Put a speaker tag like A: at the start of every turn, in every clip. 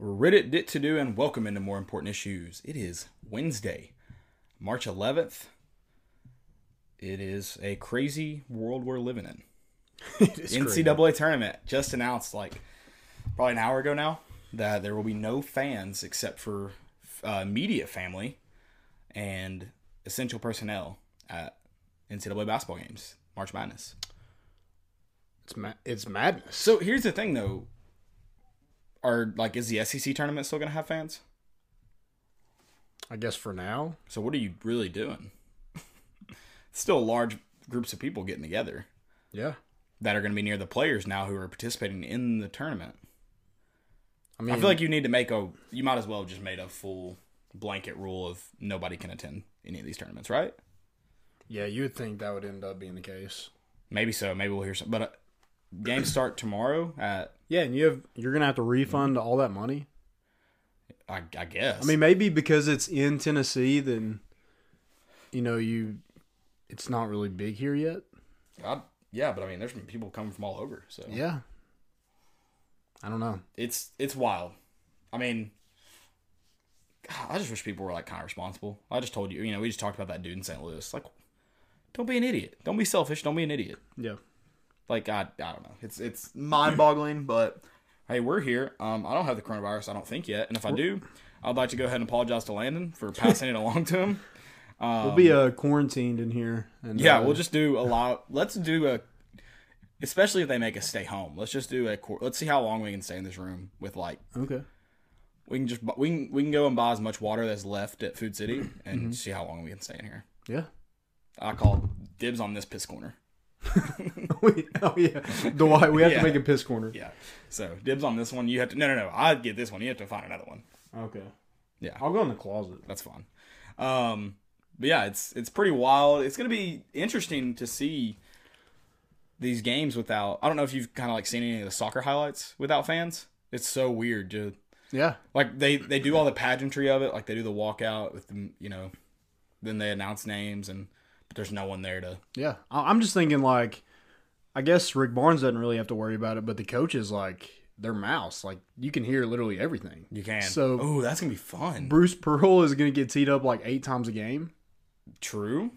A: Reddit Dit To Do and welcome into More Important Issues. It is Wednesday, March 11th. It is a crazy world we're living in.
B: It is crazy.
A: NCAA tournament just announced like probably an hour ago now that there will be no fans except for uh, media family and essential personnel at NCAA basketball games, March Madness.
B: It's, ma- it's madness.
A: So here's the thing though. Are like is the SEC tournament still gonna have fans?
B: I guess for now,
A: So what are you really doing? still large groups of people getting together
B: yeah.
A: that are gonna be near the players now who are participating in the tournament.
B: I mean,
A: I feel like you need to make a. You might as well have just made a full blanket rule of nobody can attend any of these tournaments, right?
B: yeah, you would think that would end up being the case.
A: Maybe so. Maybe we'll hear some. But uh, games start tomorrow at.
B: Yeah, and you have you're gonna have to refund all that money.
A: I, I guess.
B: I mean, maybe because it's in Tennessee, then you know you it's not really big here yet.
A: I, yeah, but I mean, there's been people coming from all over, so
B: Yeah, I don't know.
A: it's it's wild. I mean, God, I just wish people were like kind of responsible. I just told you, you know, we just talked about that dude in St. Louis. Like, don't be an idiot. Don't be selfish. Don't be an idiot.
B: Yeah,
A: Like I, I don't know. It's it's mind boggling, but hey, we're here. Um, I don't have the coronavirus. I don't think yet, and if I do, I'd like to go ahead and apologize to Landon for passing it along to him.
B: we'll be uh, quarantined in here. And,
A: Yeah,
B: uh,
A: we'll just do a lot. Let's do a, especially if they make us stay home. Let's just do a. quar- Let's see how long we can stay in this room with like
B: okay.
A: we can just bu- we can, we can go and buy as much water that's left at Food City and see how long we can stay in here.
B: Yeah.
A: I call dibs on this piss corner.
B: oh yeah, Dwight. We have
A: Yeah.
B: to make a piss corner.
A: Yeah. So dibs on this one. You have to no no no. I get this one. You have to find another one.
B: Okay.
A: Yeah.
B: I'll go in the closet.
A: that's fun. Um, but yeah, it's it's pretty wild. It's gonna be interesting to see these games without. I don't know if you've kind of like seen any of the soccer highlights without fans. It's so weird to
B: Yeah.
A: like they they do all the pageantry of it, like they do the walkout with them, you know, then they announce names and but there's no one there to.
B: Yeah, I- I'm just thinking like, I guess Rick Barnes doesn't really have to worry about it, but the coaches like their mouse, like you can hear literally everything.
A: You can.
B: So-
A: oh, that's gonna be fun.
B: Bruce Pearl is going to get teed up like eight times a game.
A: True.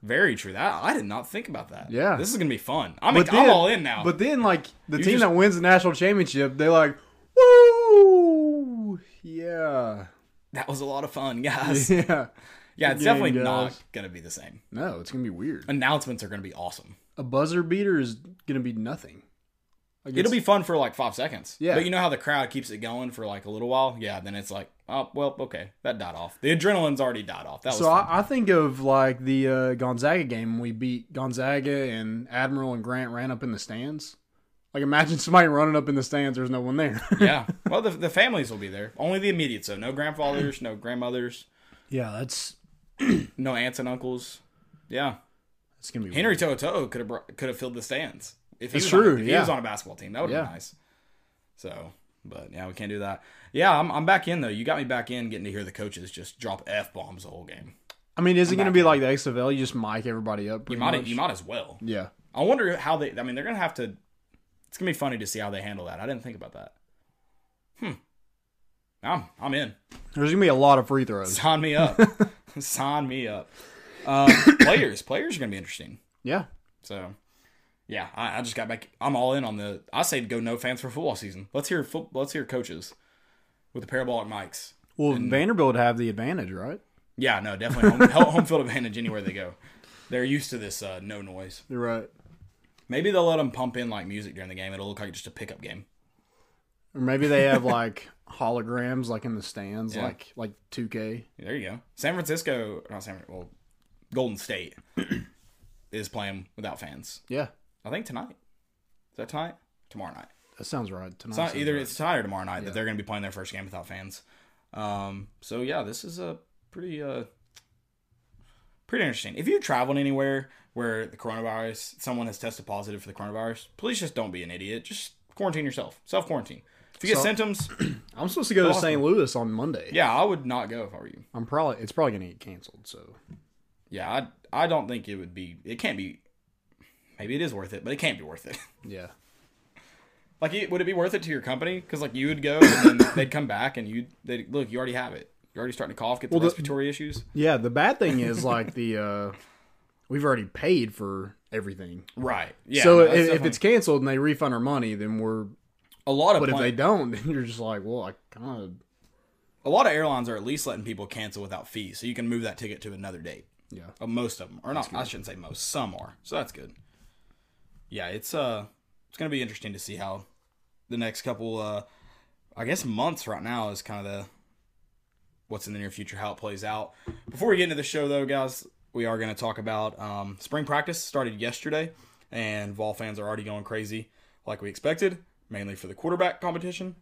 A: Very true. That I did not think about that.
B: Yeah.
A: this is gonna be fun. I'm
B: But
A: I'm
B: then-
A: all in now.
B: But then like the team
A: just-
B: that wins the national championship, they like, woo, yeah,
A: that was a lot of fun, guys.
B: yeah.
A: Yeah, it's
B: game,
A: definitely not
B: guys.
A: gonna be the same.
B: No, it's going to be weird.
A: Announcements are gonna be awesome.
B: A buzzer beater is going to be nothing. Like,
A: It'll
B: it's-
A: be fun for like five seconds.
B: Yeah.
A: But you know how the crowd keeps it going for like a little while? Yeah, then it's like, oh well, okay. That died off. The adrenaline's already died off. That was
B: So
A: fun.
B: I, I think of like the uh, Gonzaga game when we beat Gonzaga and Admiral and Grant ran up in the stands. Like imagine somebody running up in the stands, there's no one there.
A: yeah. Well the, the families will be there. Only the immediate so no grandfathers, no grandmothers,
B: yeah, that's
A: no aunts and uncles. Yeah.
B: that's gonna be
A: Henry Toto could have brought, could have filled the stands. If he
B: That's
A: was on-
B: true,
A: if he
B: yeah.
A: was on a basketball team, that would have
B: Yeah.
A: been nice. So but yeah, we can't do that. Yeah, I'm, I'm back in though. You got me back in getting to hear the coaches just drop F bombs the whole game.
B: I mean, is it gonna be like the XFL? You just mic everybody up.
A: You
B: pretty
A: might
B: much?
A: you might as well.
B: Yeah,
A: I wonder how they. I mean, they're gonna have to. It's gonna be funny to see how they handle that. I didn't think about that. Hmm. I'm I'm in.
B: there's gonna be a lot of free throws.
A: Sign me up. Sign me up. Um, players, players are gonna be interesting.
B: Yeah,
A: So, yeah, I, I just got back. I'm all in on the. I say go no fans for football season. Let's hear foot, let's hear coaches with the parabolic mics.
B: well, Vanderbilt would have the advantage, right?
A: Yeah, no, definitely home, home home field advantage anywhere they go. They're used to this uh, no noise.
B: You're right,
A: Maybe they'll let them pump in like music during the game. It'll look like just a pickup game.
B: or maybe they have like holograms, like in the stands,
A: Yeah.
B: like like 2K.
A: There you go. San Francisco, not San Francisco, well, Golden State is playing without fans.
B: Yeah,
A: I think tonight. Is that tonight? Tomorrow night.
B: that sounds right. Tonight
A: It's not
B: sounds
A: either
B: right.
A: it's tonight or tomorrow night that they're going to be playing their first game without fans. Um, so yeah, this is a pretty uh pretty interesting. If you're traveling anywhere where the coronavirus, someone has tested positive for the coronavirus, please just don't be an idiot. Just quarantine yourself. Self quarantine. If you get
B: So-
A: symptoms,
B: I'm supposed to go to
A: Awesome.
B: St. Louis on Monday.
A: yeah, I would not go if I were you.
B: I'm probably it's probably gonna get canceled. So
A: Yeah, I I don't think it would be. It can't be. Maybe it is worth it, but it can't be worth it.
B: yeah,
A: Like, it- would it be worth it to your company? Because like you would go, and then they'd come back, and you they look. You already have it. You're already starting to cough, get the
B: Well, the-
A: respiratory issues.
B: Yeah, the bad thing is like the uh we've already paid for everything.
A: Right. Yeah.
B: so
A: no,
B: if,
A: that's
B: if
A: definitely-
B: it's canceled and they refund our money, then we're.
A: a lot of
B: But if
A: plan-
B: they don't, then you're just like, well, I kind of
A: a lot of airlines are at least letting people cancel without fee, so you can move that ticket to another date.
B: Yeah.
A: Uh, most of them are not. I shouldn't say most. Some are. So that's good. Yeah, it's uh, it's gonna be interesting to see how the next couple, uh, I guess months right now is kind of the what's in the near future, how it plays out. Before we get into the show though, guys, we are gonna talk about um, spring practice started yesterday, and Vol fans are already going crazy like we expected, mainly for the quarterback competition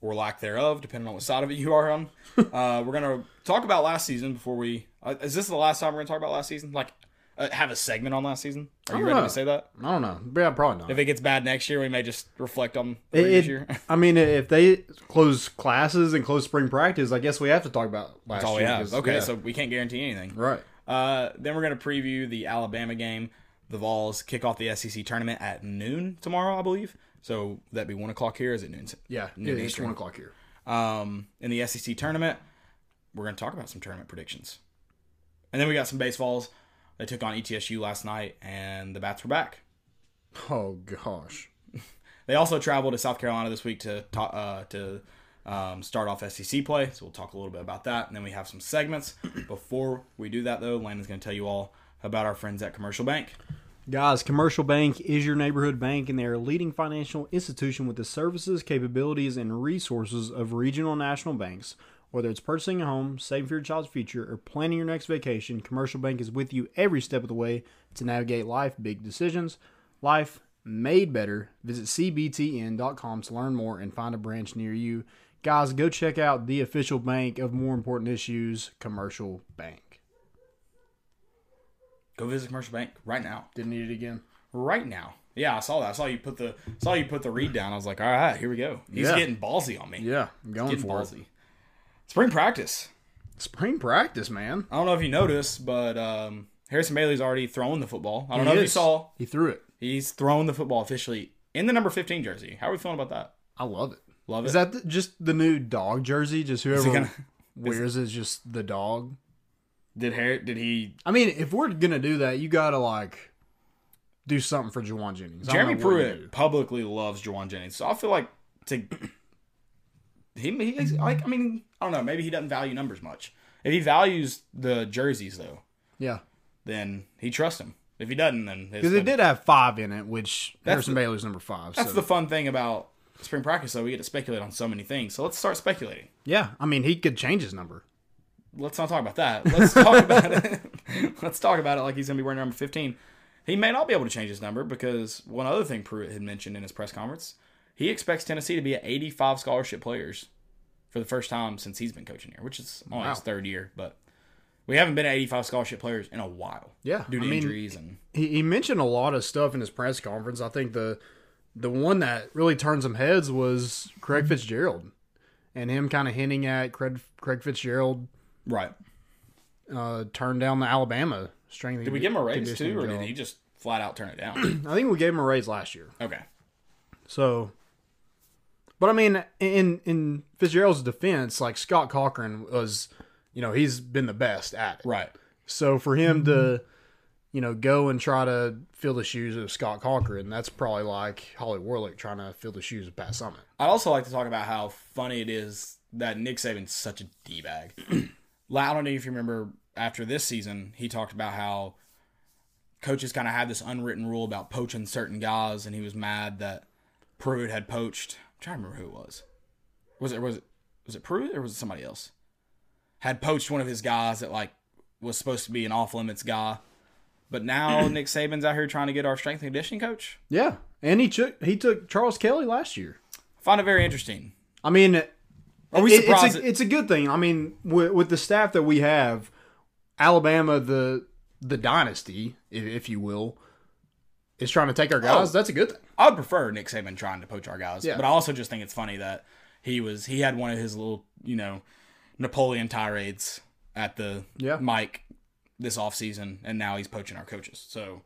A: or lack thereof, depending on what side of it you are on. uh, we're gonna talk about last season before we. Uh, is this the last time we're gonna talk about last season? Like, uh, have a segment on last season? Are you
B: I
A: ready
B: dunno.
A: to say that?
B: I don't know. Yeah, probably not.
A: If it gets bad next year, we may just reflect on the
B: It-
A: previous
B: it-
A: year. That's
B: I mean, if they close classes and close spring practice, I guess we have to talk about last
A: all we
B: year.
A: have.
B: 'cause-
A: Okay,
B: yeah.
A: so we can't guarantee anything.
B: right.
A: Uh, then we're gonna preview the Alabama game. The Vols kick off the SEC tournament at noon tomorrow, I believe. So that'd be one o'clock here. Is it noon?
B: Yeah,
A: Noon
B: yeah, it's
A: Eastern.
B: one o'clock here.
A: um, in the SEC tournament. We're going to talk about some tournament predictions. And then we got some baseballs. They took on E ETSU last night, and the Bats were back.
B: Oh gosh.
A: They also traveled to South Carolina this week to ta- uh, to um, start off SEC play. So we'll talk a little bit about that, and then we have some segments. Before we do that, though, Landon's going to tell you all about our friends at Commercial Bank.
B: Guys, Commercial Bank is your neighborhood bank, and they are a leading financial institution with the services, capabilities, and resources of regional and national banks. Whether it's purchasing a home, saving for your child's future, or planning your next vacation, Commercial Bank is with you every step of the way to navigate life big decisions. Life made better. Visit cbtn.com to learn more and find a branch near you. Guys, go check out the official bank of more important issues, Commercial Bank.
A: Go visit Commercial Bank right now.
B: Didn't need it again.
A: Right now. Yeah, I saw that. I saw you put the saw you put the read down. I was like, all right, here we go. He's
B: Yeah.
A: getting ballsy on me.
B: Yeah, I'm going
A: Getting
B: for
A: ballsy. Spring practice.
B: it. Spring practice, man.
A: I don't know if you noticed, but um, Harrison Bailey's already thrown the football. I don't know if you
B: is.
A: saw.
B: He threw it.
A: He's thrown the football officially in the number 15 jersey. How are we feeling about that?
B: I love it.
A: Love
B: Is
A: it.
B: that the, just the new dog jersey? Just whoever
A: he gonna-
B: wears it is just the dog.
A: Did Harry? Did he?
B: I mean, if we're gonna do that, you gotta like do something for Jawan Jennings. I don't
A: Jeremy
B: know what you
A: Pruitt publicly loves Jawan Jennings, so I feel like to he, he like I mean I don't know maybe he doesn't value numbers much. If he values the jerseys though,
B: do. Yeah,
A: then he trusts him. If he doesn't, then it's
B: because
A: the-
B: it did have five in it, which Harrison
A: the-
B: Bailey's number five.
A: That's
B: so
A: the fun thing about spring practice though. We get to speculate on so many things. So let's start speculating.
B: yeah, I mean, he could change his number.
A: let's not talk about that. Let's talk about it. Let's talk about it like he's going to be wearing number 15. He may not be able to change his number because one other thing Pruitt had mentioned in his press conference, he expects Tennessee to be at 85 scholarship players for the first time since he's been coaching here, which is only his
B: Wow.
A: third year, but we haven't been at 85 scholarship players in a while.
B: Yeah,
A: Due to
B: I mean,
A: injuries and
B: He, he mentioned a lot of stuff in his press conference. I think the the one that really turned some heads was Craig Fitzgerald, and him kind of hinting at Craig, Craig Fitzgerald
A: right.
B: uh, turned down the Alabama strength.
A: Did we give him a raise too, or did he just flat out turn it down?
B: I think we gave him a raise last year.
A: okay.
B: So, but I mean, in in Fitzgerald's defense, like Scott Cochran was, you know, he's been the best at it.
A: Right.
B: So for him to, you know, go and try to fill the shoes of Scott Cochran, that's probably like Holly Warlick trying to fill the shoes of Pat Summit.
A: I'd also like to talk about how funny it is that Nick Saban's such a d bag. I don't know if you remember after this season, he talked about how coaches kind of had this unwritten rule about poaching certain guys, and he was mad that Pruitt had poached. I'm trying to remember who it was. Was it was it was it Pruitt or was it somebody else? Had poached one of his guys that like was supposed to be an off limits guy, but now Nick Saban's out here trying to get our strength and conditioning coach.
B: Yeah, and he took he took Charles Kelly last year.
A: I find it very interesting.
B: I mean,
A: Are we
B: It- it's a-
A: surprised?
B: It's a, good thing. I mean, with, with the staff that we have, Alabama, the the dynasty, if, if you will, is trying to take our guys.
A: Oh.
B: That's a good thing.
A: I would prefer Nick Saban trying to poach our guys,
B: Yeah.
A: but I also just think it's funny that he was he had one of his little you know Napoleon tirades at the
B: Yeah.
A: mic this offseason, and now he's poaching our coaches. So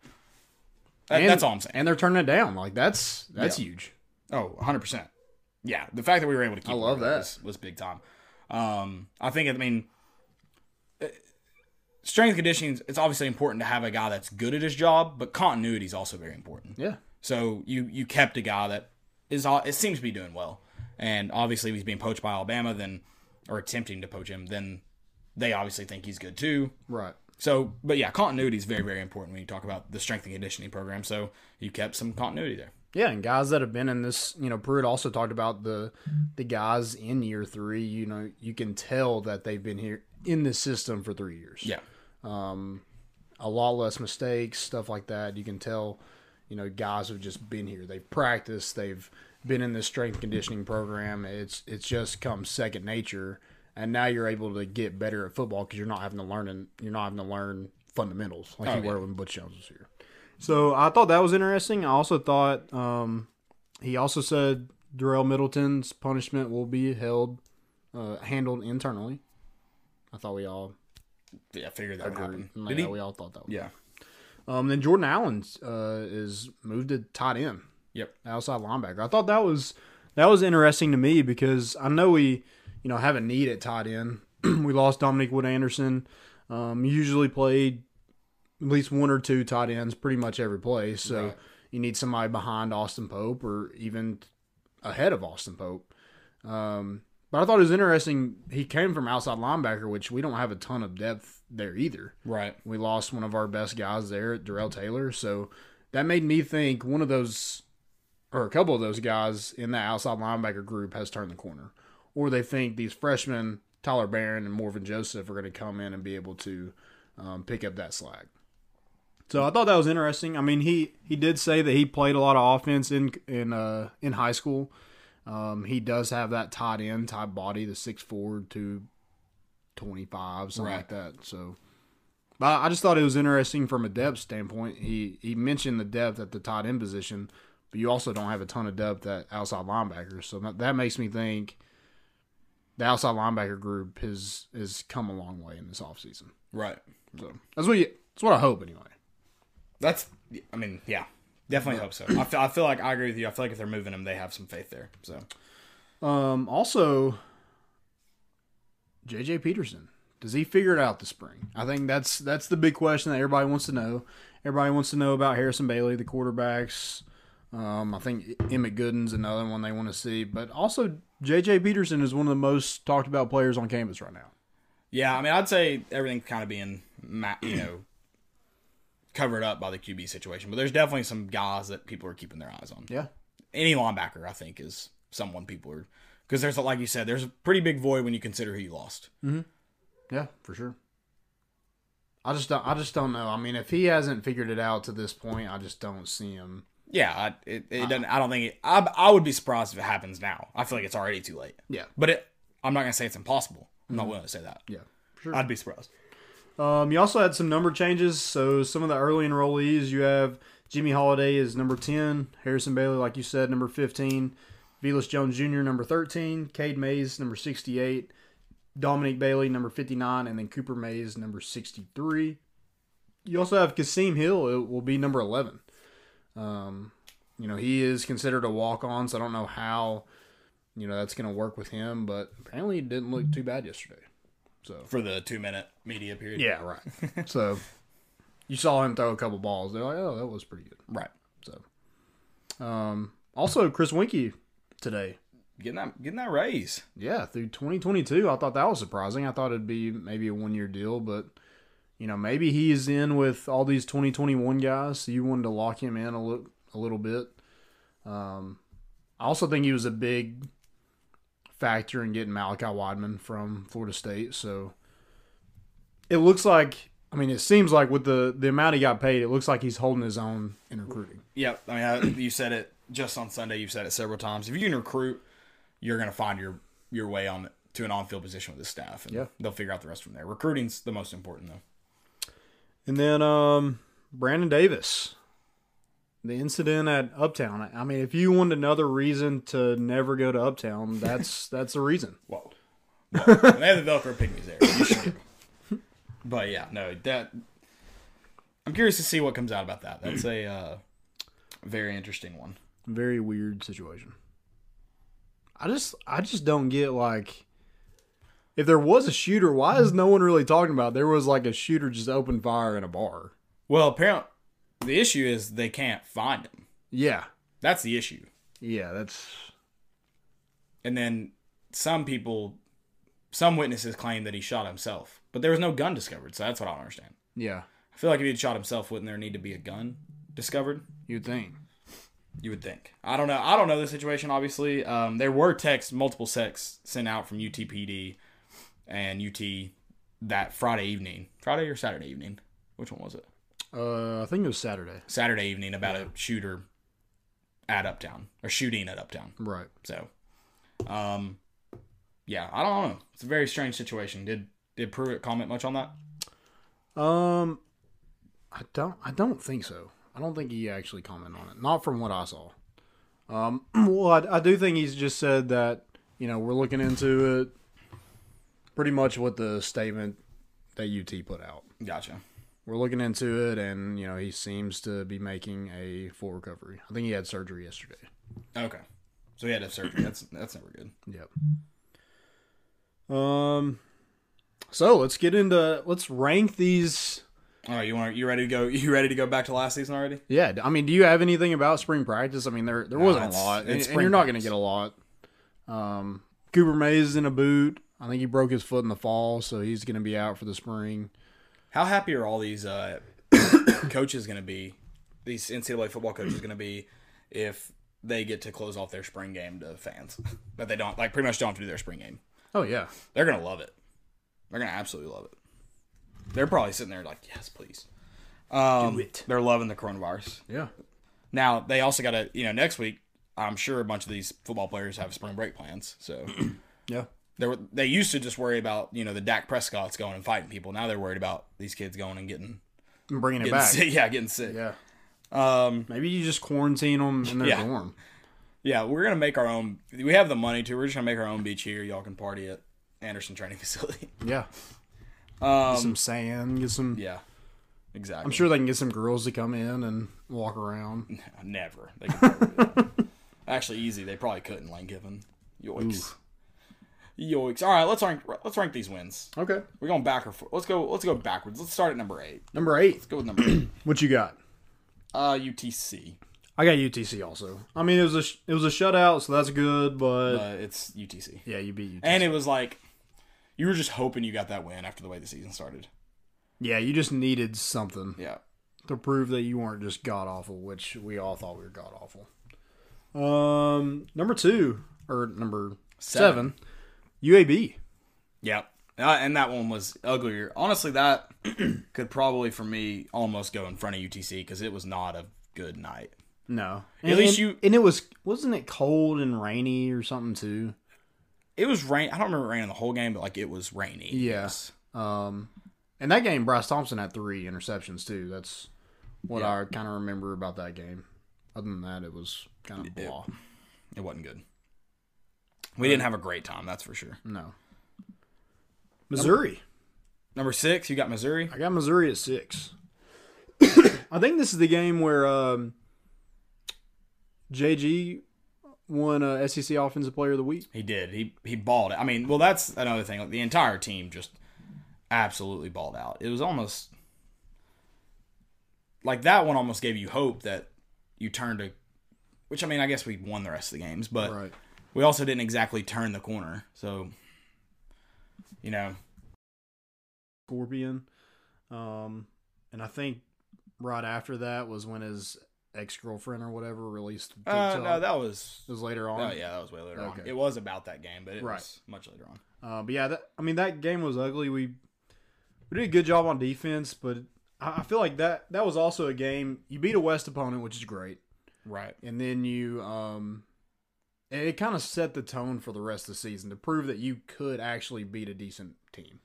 A: that,
B: And-
A: that's all I'm saying.
B: And they're turning it down. Like that's that's huge.
A: Oh, 100%. Yeah, the fact that we were able to keep
C: I love
A: him
C: that.
A: was, was big time. Um, I think I mean uh, strength conditioning it's obviously important to have a guy that's good at his job, but continuity is also very important.
C: Yeah.
A: So you you kept a guy that is all it seems to be doing well, and obviously if he's being poached by Alabama, then or attempting to poach him, then they obviously think he's good too.
C: Right.
A: So, but yeah, continuity is very very important when you talk about the strength and conditioning program. So you kept some continuity there.
C: Yeah, and guys that have been in this, you know, Pruitt also talked about the the guys in year three. You know, you can tell that they've been here in this system for three years.
A: Yeah,
C: a lot less mistakes, stuff like that. You can tell, you know, guys have just been here. They've practiced. They've been in the strength conditioning program. It's it's just come second nature, and now you're able to get better at football because you're not having to learn and you're not having to learn fundamentals like you were when Butch Jones was here.
B: Oh, So I thought that was interesting. I also thought um, he also said Darrell Middleton's punishment will be held uh, handled internally. I thought we all
A: yeah, I figured that would happen.
C: like,
A: Mm. Did he?
C: we all thought that. Was.
A: Yeah.
C: Um. Then Jordan Allen uh, is moved to tight end.
A: Yep.
C: outside linebacker. I thought
B: thought that was that was interesting to me because I know we you know have a need at tight end. we lost Dominic Wood Anderson. Um, usually played at least one or two tight ends pretty much every play. So
C: Right.
B: you need somebody behind Austin Pope or even ahead of Austin Pope. Um, but I thought it was interesting. He came from outside linebacker, which we don't have a ton of depth there either.
A: Right.
B: We lost one of our best guys there, Darrell Taylor. So that made me think one of those, or a couple of those guys in the outside linebacker group has turned the corner. Or they think these freshmen, Tyler Barron and Morvin Joseph, are going to come in and be able to um, pick up that slack. So I thought that was interesting. I mean, he, he did say that he played a lot of offense in in uh, in high school. Um, he does have that tight end type body, the 6'4", 225, something like that. So but I just thought it was interesting from a depth standpoint. He he mentioned the depth at the tight end position, but you also don't have a ton of depth at outside linebacker. So that, that makes me think the outside linebacker group has has come a long way in this offseason.
A: Right.
B: So that's what you, that's what I hope anyway.
A: That's. I mean, yeah. Definitely hope so. I feel, I feel like I agree with you. I feel like if they're moving him, they have some faith there. So
B: Um, also, JJ Peterson does he figure it out this spring? I think that's that's the big question that everybody wants to know. Everybody wants to know about Harrison Bailey, the quarterbacks. Um, I think Emmett Gooden's another one they want to see, but also JJ Peterson is one of the most talked about players on campus right now.
A: yeah, I mean, I'd say everything's kind of being, ma- you know, covered up by the QB situation. But there's definitely some guys that people are keeping their eyes on.
B: Yeah,
A: Any linebacker, I think, is someone people are because there's like you said, there's a pretty big void when you consider who you lost.
B: yeah, for sure.
C: I just don't, I just don't know. I mean, if he hasn't figured it out to this point, I just don't see him.
A: Yeah, I, it, it doesn't. I don't think it, I. I would be surprised if it happens now. I feel like it's already too late.
C: Yeah.
A: But it. I'm not gonna say it's impossible. I'm not willing to say that.
C: Yeah.
A: I'd be surprised.
B: Um, you also had some number changes. So some of the early enrollees, you have Jimmy Holiday is number ten, Harrison Bailey, like you said, number fifteen, Velas Jones Jr. number thirteen, Cade Mays number sixty-eight, Dominic Bailey number fifty-nine, and then Cooper Mays number sixty-three. You also have Kasim Hill. It will be number eleven. Um, you know he is considered a walk-on, so I don't know how you know that's going to work with him, but apparently it didn't look too bad yesterday.
A: for the two minute media period.
B: Yeah, right.
C: So you saw him throw a couple balls. They're like, oh, that was pretty good. um,
A: Right.
B: Also, Chris Winkie today.
A: Getting that getting that raise.
C: Yeah, through 2022, I thought that was surprising. I thought it'd be maybe a one year deal, but
B: You know, maybe he is in with all these 2021 guys, so you wanted to lock him in a little, a little bit. Um, I also think he was a big factor in getting Malachi Wideman from Florida State. So it looks like, I mean, it seems like with the, the amount he got paid, it looks like he's holding his own in recruiting.
A: Yep. I mean, I, you said it just on Sunday. You've said it several times. If you can recruit, you're gonna find your your way on to an on field position with the staff, and
B: Yeah.
A: they'll figure out the rest from there. Recruiting's the most important though.
B: And then um, Brandon Davis, the incident at Uptown. I mean, if you want another reason to never go to Uptown, that's that's a reason.
A: Whoa. Whoa. they have the Velcro pygmies there. You should. but yeah, no, that I'm curious to see what comes out about that. That's a uh, very interesting one.
B: Very weird situation. I just I just don't get like if there was a shooter, why is no one really talking about? it? There was like a shooter just opened fire in a bar.
A: Well, apparently, the issue is they can't find him.
B: Yeah,
A: That's the issue.
B: yeah, that's
A: And then some people, some witnesses claim that he shot himself, but there was no gun discovered. So that's what I don't understand.
B: yeah.
A: I feel like if he had shot himself, wouldn't there need to be a gun discovered?
B: You'd think.
A: You would think. I don't know. I don't know the situation. Obviously, um, there were texts, multiple texts sent out from UTPD and UT that Friday evening, Friday or Saturday evening. Which one was it?
B: Uh, I think it was Saturday.
A: Saturday evening about a shooter at Uptown or shooting at Uptown.
B: Right.
A: So, um, yeah, I don't know. It's a very strange situation. Did did Pruitt comment much on that?
B: Um,
C: I don't. I don't think so. I don't think he actually commented on it. Not from what I saw. Um,
B: Well, I, I do think he's just said that you know we're looking into it.
C: Pretty much what the statement that UT put out.
A: Gotcha.
C: We're looking into it, and you know he seems to be making a full recovery. I think he had surgery yesterday.
A: Okay. So he had to have surgery. That's that's never good.
C: Yep.
B: Um, so let's get into let's rank these.
A: All right, you want you ready to go? You ready to go back to last season already?
C: Yeah. I mean, do you have anything about spring practice? I mean, there there wasn't a
A: it's-
C: lot,
A: it's
C: and, and
A: spring
C: you're not going to
A: practice.
C: get a lot. Um,
B: Cooper Mays is in a boot.
C: I think he broke his foot in the fall, so he's going to be out for the spring.
A: How happy are all these uh, coaches going to be? These NCAA football coaches going to be if they get to close off their spring game to fans, but they don't like pretty much don't have to do their spring game.
C: Oh yeah.
A: They're gonna love it. They're gonna absolutely love it. They're probably sitting there like, yes, please. Um, They're loving the coronavirus.
C: Yeah.
A: Now they also got to, you know, next week. I'm sure a bunch of these football players have spring break plans. So
B: Yeah.
A: they were they used to just worry about you know the Dak Prescott's going and fighting people. Now they're worried about these kids going and getting,
B: I'm bringing it
A: getting
B: back.
A: sick. Yeah, getting sick.
C: Yeah.
A: Um,
B: Maybe you just quarantine them in their
A: Yeah.
B: dorm.
A: yeah, we're gonna make our own. We have the money to. We're just gonna make our own beach here. Y'all can party at Anderson Training Facility.
B: Yeah.
A: Um,
B: Some sand. Get some.
A: yeah, exactly.
B: I'm sure they can get some girls to come in and walk around.
A: Never. They could never do that. Actually, easy. They probably couldn't. Lane Kiffin. Yoinks. Yoinks. All right, let's rank. Let's rank these wins.
B: Okay.
A: We're going back or for, let's go. Let's go backwards. Let's start at number eight.
B: Number eight.
A: Let's go with number eight.
B: What you got?
A: Uh, UTC.
B: I got UTC also. I mean, it was a sh- it was a shutout, so that's good. But
A: Uh, it's UTC.
B: yeah, you beat UTC.
A: And it was like you were just hoping you got that win after the way the season started.
B: yeah, you just needed something.
A: Yeah.
B: to prove that you weren't just god awful, which we all thought we were god awful. Um, number two or number
A: Seven.
B: seven, UAB.
A: Yeah. Uh, and that one was uglier. Honestly, that could probably for me almost go in front of UTC because it was not a good night.
B: No,
A: At
B: And-
A: least you-
B: and it was wasn't it cold and rainy or something too?
A: It was rain. I don't remember raining the whole game, but like it was rainy.
B: Yes.
C: Um, and that game, Bryce Thompson had three interceptions too. That's what
A: Yeah.
C: I kind of remember about that game. Other than that, it was kind of blah.
A: It wasn't good. We didn't have a great time, that's for sure.
C: No,
B: Missouri.
A: Number six, you got Missouri.
B: I got Missouri at six. I think this is the game where um, JG won uh, SEC Offensive Player of the Week.
A: He did. He he balled it. I mean, well, that's another thing. Like, the entire team just absolutely balled out. It was almost like that one almost gave you hope that you turned a. Which I mean, I guess we won the rest of the games, but
B: Right.
A: we also didn't exactly turn the corner. So, you know,
B: Scorpion. Um, and I think right after that was when his ex girlfriend or whatever released the
A: uh,
B: TikTok.
A: no, that was.
C: it was later on.
A: Oh yeah, that was way later on.
C: Okay.
A: It was about that game, but it
B: Right.
A: was much later on.
B: Uh, but yeah, that, I mean that game was ugly. We we did a good job on defense, but I, I feel like that that was also a game you beat a West opponent, which is great,
A: Right.
C: And then you, um, it, it kind of set the tone for the rest of the season to prove that you could actually beat a decent team.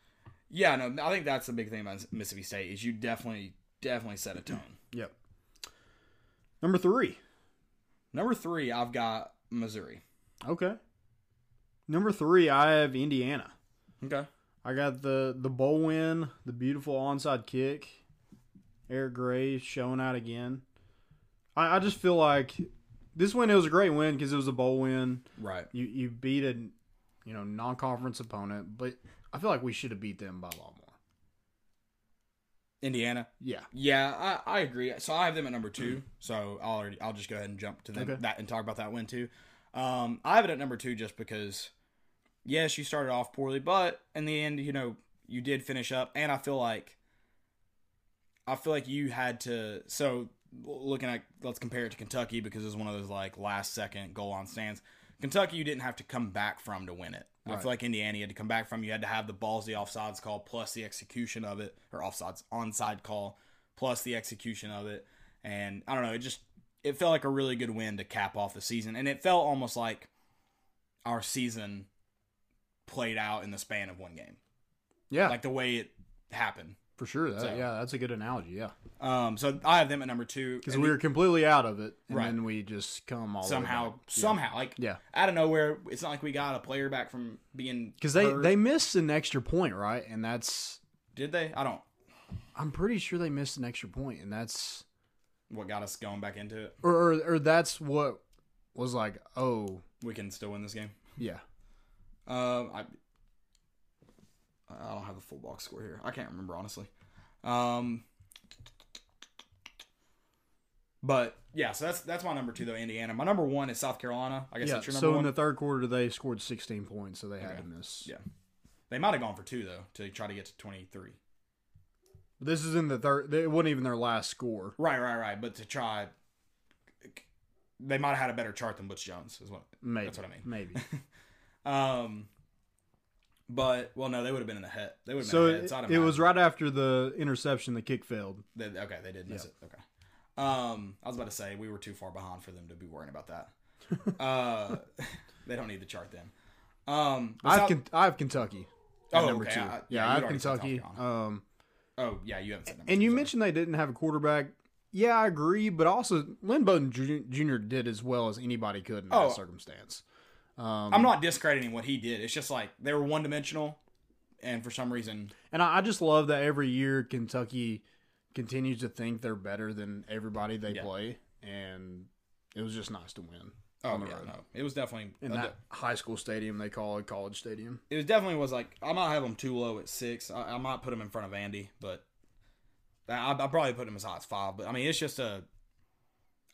A: Yeah, no, I think that's the big thing about Mississippi State is you definitely, definitely set a tone.
B: Yep. Number three.
A: Number three, I've got Missouri.
B: Okay. Number three, I have Indiana.
A: Okay.
B: I got the the bowl win, the beautiful onside kick. Eric Gray showing out again. I, I just feel like this win it was a great win because it was a bowl win.
A: Right.
B: You you beat a you know non conference opponent, but I feel like we should have beat them by a lot more.
A: Indiana.
B: Yeah.
A: Yeah, I, I agree. So I have them at number two. So I'll already, I'll just go ahead and jump to them,
B: Okay.
A: that and talk about that win too. Um, I have it at number two just because, yes, you started off poorly, but in the end, you know, you did finish up, and I feel like, I feel like you had to. So looking at let's compare it to Kentucky because it's one of those like last second goal on stands. Kentucky, you didn't have to come back from to win it. I
B: Right.
A: feel like Indiana you had to come back from. You had to have the balls, the offsides call, plus the execution of it, or offsides onside call, plus the execution of it. And I don't know, it just it felt like a really good win to cap off the season, and it felt almost like our season played out in the span of one game,
B: Yeah,
A: like the way it happened.
B: for sure. That,
A: So-
B: Yeah, that's a good analogy. Yeah,
A: Um, so I have them at number two
B: because
A: and
B: we were completely out of it, and
A: Right.
B: then we just come all the way
A: somehow,
B: back.
A: somehow, like
B: Yeah.
A: out of nowhere. It's not like we got a player back from being
B: Because they,
A: hurt.
B: they missed an extra point, right? And that's
A: did they. I don't.
B: I'm pretty sure they missed an extra point, and that's
A: What got us going back into it?
B: or or, or that's what was like, oh
A: We can still win this game.
B: yeah,
A: Um, I I don't have the full box score here. I can't remember honestly. Um, but yeah, so that's that's my number two though. Indiana. My number one is South Carolina. I guess
B: yeah.
A: that's your
B: So
A: number
B: in
A: one.
B: the third quarter, they scored 16 points, so they had to miss.
A: yeah, they might have gone for two though to try to get to twenty three.
B: This is in the third. It wasn't even their last score.
A: Right, right, right. But to try, they might have had a better chart than Butch Jones. Is what
B: Maybe
A: that's what I mean.
B: Maybe.
A: Um, but well, no, they would have been in the head. They would have
B: so
A: been. ahead.
B: it,
A: It's automatic.
B: it was right after the interception. The kick failed.
A: They, okay, they did miss it. Okay. Um, I was about to say we were too far behind for them to be worrying about that. uh, they don't need the chart then. Um,
B: I have
A: South-
B: Ken, I have Kentucky. at
A: Oh,
B: number
A: okay.
B: two.
A: I- I-
B: yeah,
A: yeah,
B: I
A: you'd
B: have
A: already said South
B: Kentucky. Um,
A: oh yeah, you haven't said number
B: and
A: two,
B: you
A: sorry.
B: mentioned they didn't have a quarterback. Yeah, I agree, but also Lynn Bowden Ju- Jr. did as well as anybody could in
A: Oh.
B: that circumstance. Um,
A: I'm not discrediting what he did. It's just like they were one dimensional, and for some reason,
B: And I, I just love that every year Kentucky continues to think they're better than everybody they
A: Yeah.
B: play, and it was just nice to win.
A: oh
B: on the
A: yeah,
B: road.
A: no, it was definitely
B: In that high school stadium they call it college stadium.
A: it was definitely was like I might have him too low at six. I, I might put him in front of Andy, but I, I probably put him as high as five. But I mean, it's just a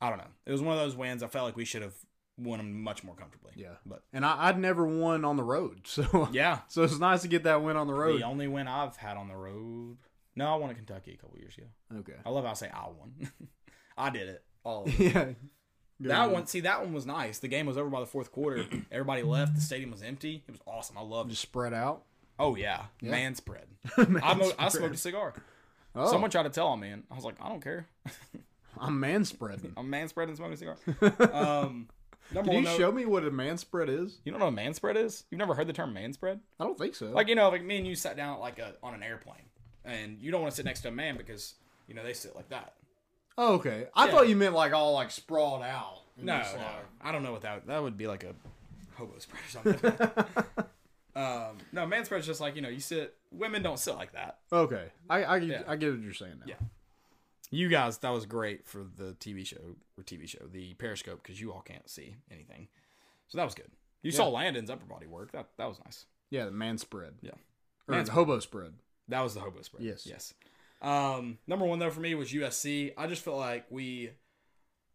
A: I don't know. It was one of those wins. I felt like we should have won him much more comfortably.
B: Yeah.
A: but
B: And I, I'd never won on the road, so
A: yeah,
B: so it's nice to get that win on the road.
A: the only win I've had on the road. No, I won at Kentucky a couple years ago.
B: Okay.
A: I love how I say I won. I did it. All of it.
B: Yeah.
A: that one. See, that one was nice. The game was over by the fourth quarter. Everybody left. The stadium was empty. It was awesome. I loved it.
B: Just spread out.
A: Oh yeah, man spread. I, mo- I smoked a cigar.
B: Oh,
A: Someone tried to tell on me, and I was like, I don't care.
B: I'm man spreading.
A: I'm man spread and smoking a cigar. Um, number one,
B: Can you
A: though-
B: show me what a man spread is?
A: you don't know what a man spread is? You've never heard the term man spread?
B: I don't think so.
A: Like you know, like me and you sat down like a, on an airplane, and you don't want to sit next to a man because you know they sit like that.
B: oh, okay. I thought you meant like all like sprawled out. And
A: No,
B: just,
A: no,
B: like-
A: I don't know what that that would be like a hobo spread or something. um, no, man spread's just like you know you sit. Women don't sit like that.
B: Okay. I I, get-
A: Yeah.
B: I get what you're saying now.
A: Yeah. You guys, that was great for the TV show or TV show, the Periscope, because you all can't see anything. So that was good. You saw Landon's upper body work. That that was nice.
B: Yeah, the man spread.
A: Yeah.
B: Or the hobo spread.
A: That was the hobo spread.
B: Yes.
A: Yes. Um, number one though for me was USC. I just felt like we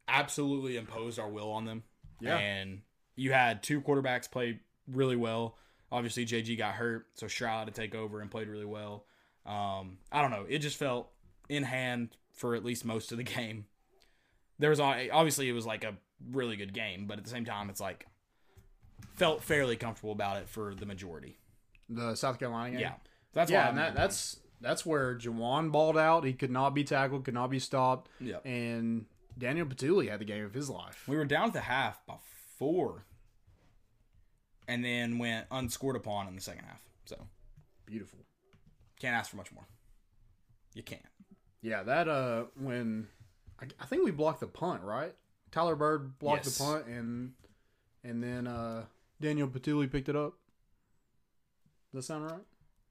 A: absolutely imposed our will on them.
B: Yeah.
A: And you had two quarterbacks play really well. Obviously JG got hurt, so Stroud had to take over and played really well. Um, I don't know. It just felt in hand for at least most of the game. There was al- obviously it was like a really good game, but at the same time it's like felt fairly comfortable about it for the majority.
B: The South Carolina game.
A: Yeah. That's
B: yeah,
A: why
B: and
A: I'm-
B: that, that's that's where Jawan balled out. He could not be tackled, could not be stopped.
A: Yep.
B: And Daniel Petulli had the game of his life.
A: We were down at the half by four, and then went unscored upon in the second half. So
B: Beautiful.
A: can't ask for much more. You can't.
B: Yeah, that uh when I, I think we blocked the punt, right? Tyler Bird blocked
A: Yes.
B: the punt and and then uh Daniel Petulli picked it up. Does that sound right?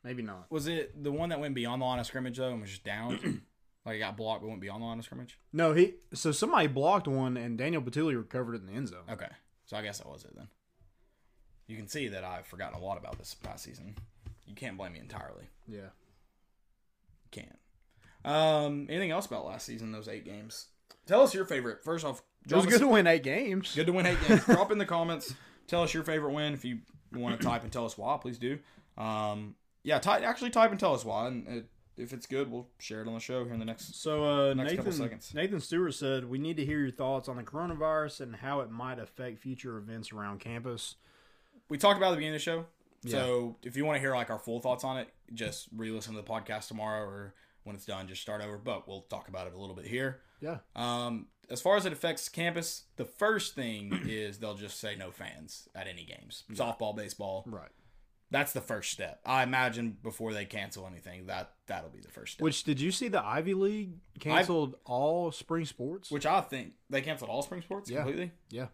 B: Maybe not.
A: Was it the one that went beyond the line of scrimmage though and was just down? Like it got blocked, but wouldn't be on the line of scrimmage.
B: No, he. So somebody blocked one, and Daniel Batuli recovered it in the end zone.
A: Okay, so I guess that was it then. You can see that I've forgotten a lot about this past season. You can't blame me entirely.
B: Yeah.
A: You can't. Um, anything else about last season? Those eight games. Tell us your favorite. First off,
B: It
A: drop
B: was
A: us-
B: good to win eight games.
A: Good to win eight games. Drop in the comments. Tell us your favorite win. If you want to type and tell us why, please do. Um, yeah, ty- actually type and tell us why, and it, if it's good, we'll share it on the show here in the next.
B: So uh,
A: Next couple
B: Nathan
A: seconds.
B: Nathan Stewart said, "We need to hear your thoughts on the coronavirus and how it might affect future events around campus."
A: We talked about it at the beginning of the show, so if you want to hear like our full thoughts on it, just re-listen to the podcast tomorrow or when it's done, just start over. But we'll talk about it a little bit here.
B: Yeah.
A: Um, as far as it affects campus, the first thing is they'll just say no fans at any games, softball, baseball,
B: Right.
A: That's the first step. I imagine before they cancel anything, that that'll be the first step. Which,
B: Which did you see the Ivy League canceled all spring sports?
A: I think they canceled all spring sports
B: Yeah.
A: completely.
B: yeah.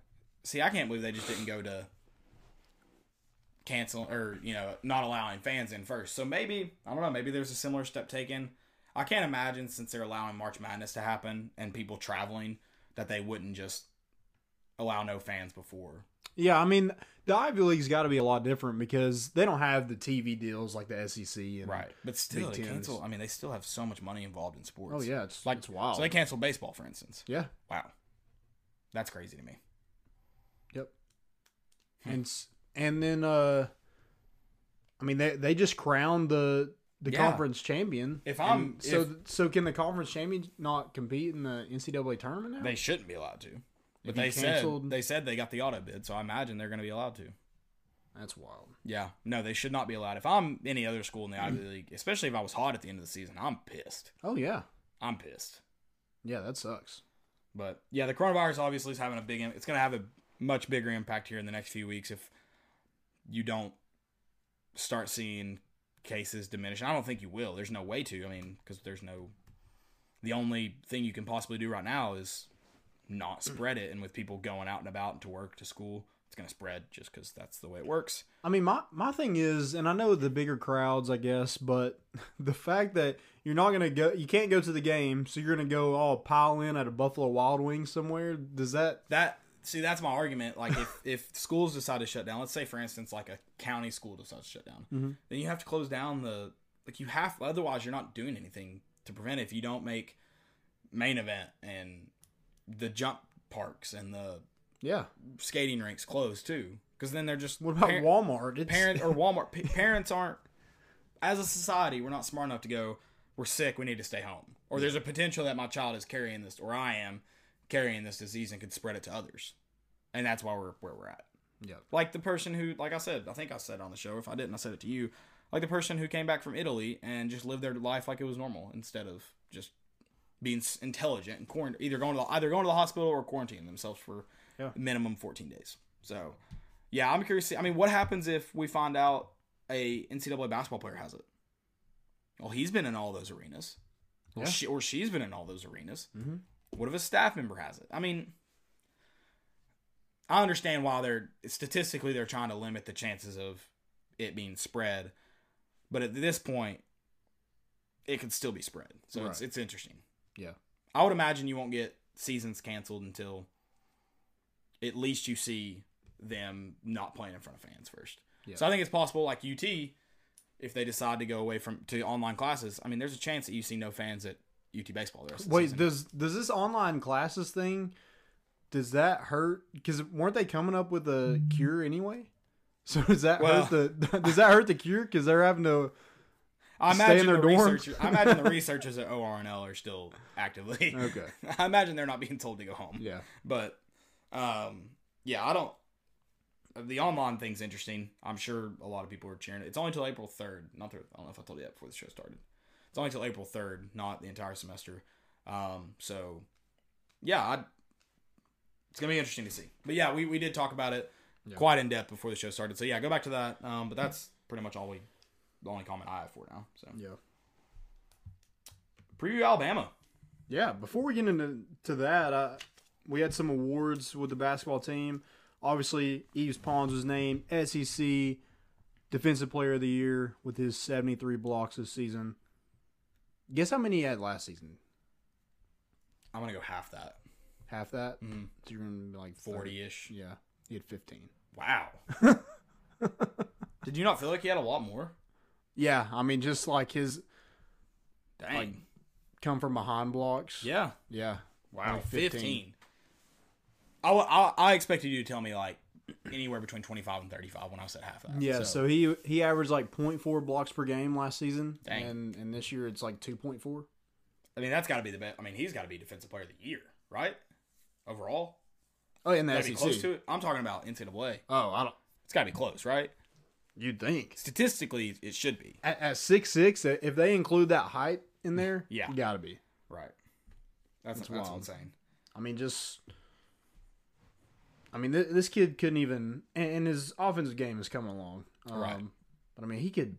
A: See, I can't believe they just didn't go to cancel or you know not allowing fans in first. So maybe I don't know. Maybe there's a similar step taken. I can't imagine since they're allowing March Madness to happen and people traveling that they wouldn't just allow no fans before.
B: Yeah, I mean, the Ivy League's got to be a lot different because they don't have the TV deals like the SEC and
A: but still
B: Big
A: they
B: Ten is-
A: cancel. I mean, they still have so much money involved in sports.
B: Oh yeah, it's
A: like
B: like it's wild.
A: So they cancel baseball, for instance.
B: yeah.
A: Wow, that's crazy to me.
B: Yep.
A: Hmm.
B: And s- and then uh I mean they they just crowned the the
A: Yeah.
B: conference champion.
A: If
B: And
A: I'm-
B: so
A: if-
B: th- so can the conference champion not compete in the NCAA tournament now?
A: They shouldn't be allowed to. But
B: you
A: they said
B: canceled-
A: they said they got the auto bid, so I imagine they're going to be allowed to.
B: That's wild.
A: Yeah, no, they should not be allowed. If I'm any other school in the
B: Mm.
A: Ivy League, especially if I was hot at the end of the season, I'm pissed.
B: Oh yeah.
A: I'm pissed.
B: Yeah, that sucks.
A: But yeah, the coronavirus obviously is having a big. im- It's going to have a much bigger impact here in the next few weeks if you don't start seeing cases diminish. I don't think you will. There's no way to. I mean, because there's no. The only thing you can possibly do right now is not spread it, and with people going out and about to work to school, it's going to spread just because that's the way it works.
B: I mean, my, my thing is, and I know the bigger crowds, I guess, but the fact that you're not going to go, you can't go to the game, so you're going to go all pile in at a Buffalo Wild Wing somewhere. Does that,
A: That see, that's my argument. Like if if schools decide to shut down, let's say for instance, like a county school decides to shut down,
B: Mm-hmm.
A: then you have to close down the like you have. Otherwise, you're not doing anything to prevent it. If you don't make main event and the jump parks and the
B: yeah.
A: skating rinks closed too, because then they're just
B: What about
A: par-
B: Walmart? It's,
A: parents or Walmart p- parents aren't as a society we're not smart enough to go we're sick we need to stay home or there's a potential that my child is carrying this or I am carrying this disease and could spread it to others and that's why we're where we're at
B: Yeah.
A: like the person who like I said I think I said it on the show if I didn't I said it to you like the person who came back from Italy and just lived their life like it was normal instead of just being s- intelligent and quarant- either going to the, either going to the hospital or quarantining themselves for
B: Yeah.
A: minimum 14 days so yeah, I'm curious. to- I mean, what happens if we find out a NCAA basketball player has it? Well, he's been in all those arenas, or,
B: Yeah.
A: she, or she's been in all those arenas. Mm-hmm. What if a staff member has it? I mean, I understand why they're statistically they're trying to limit the chances of it being spread, but at this point, it could still be spread. So it's
B: Right.
A: it's interesting.
B: Yeah.
A: I would imagine you won't get seasons canceled until at least you see them not playing in front of fans first.
B: Yeah.
A: So I think it's possible, like UT, if they decide to go away from to online classes, I mean, there's a chance that you see no fans at UT baseball the rest of the
B: Wait,
A: season.
B: does, does this online classes thing, does that hurt? Because weren't they coming up with a cure anyway? So does that
A: Well-
B: hurt the, does that hurt the cure? Because they're having to,
A: I
B: stay
A: imagine
B: in their
A: the
B: dorms?
A: researchers. I imagine the researchers at ORNL are still actively.
B: Okay.
A: I imagine they're not being told to go home.
B: yeah.
A: But um, yeah, I don't. The online thing's interesting. I'm sure a lot of people are cheering. it. It's only till April third. Not through, I don't know if I told you that before the show started. It's only till April third, not the entire semester. Um, so yeah, I, it's gonna be interesting to see. But yeah, we, we did talk about it quite in depth before the show started. So yeah, go back to that. Um, but that's pretty much all we. The only comment I have for now. So
B: Yeah.
A: preview Alabama.
B: Yeah, before we get into to that, uh, we had some awards with the basketball team. Obviously, Eves Pons was named SEC Defensive Player of the Year with his 73 blocks this season. Guess how many he had last season?
A: I'm gonna go half that,
B: Half that. So you're gonna be like 30.
A: Mm-hmm. forty ish.
B: Yeah, he had 15.
A: Wow. Did you not feel like he had a lot more?
B: Yeah, I mean, just like his
A: Dang.
B: come from behind blocks.
A: yeah.
B: Yeah.
A: Wow.
B: Like
A: 15. I, I, I expected you to tell me like anywhere between 25 and 35 when I said half that.
D: Yeah, so, he he averaged like 0.4 blocks per game last season.
A: Dang.
B: And and this year it's like 2.4.
A: I mean, that's got to be the best. I mean, he's got to be defensive player of the year, right? Overall,
B: Oh, in the
A: gotta be
B: SEC.
A: close to it. I'm talking about NCAA.
B: Oh, I don't.
A: It's got to be close, right?
B: You'd think
A: Statistically, it should be.
B: at, at six six, uh, if they include that height in there,
A: Yeah.
B: gotta be.
A: Right. That's that's,
B: wild.
A: insane.
B: I mean, just. I mean, th- this kid couldn't even, and, and his offensive game is coming along. Um,
A: Right.
B: But I mean, he could.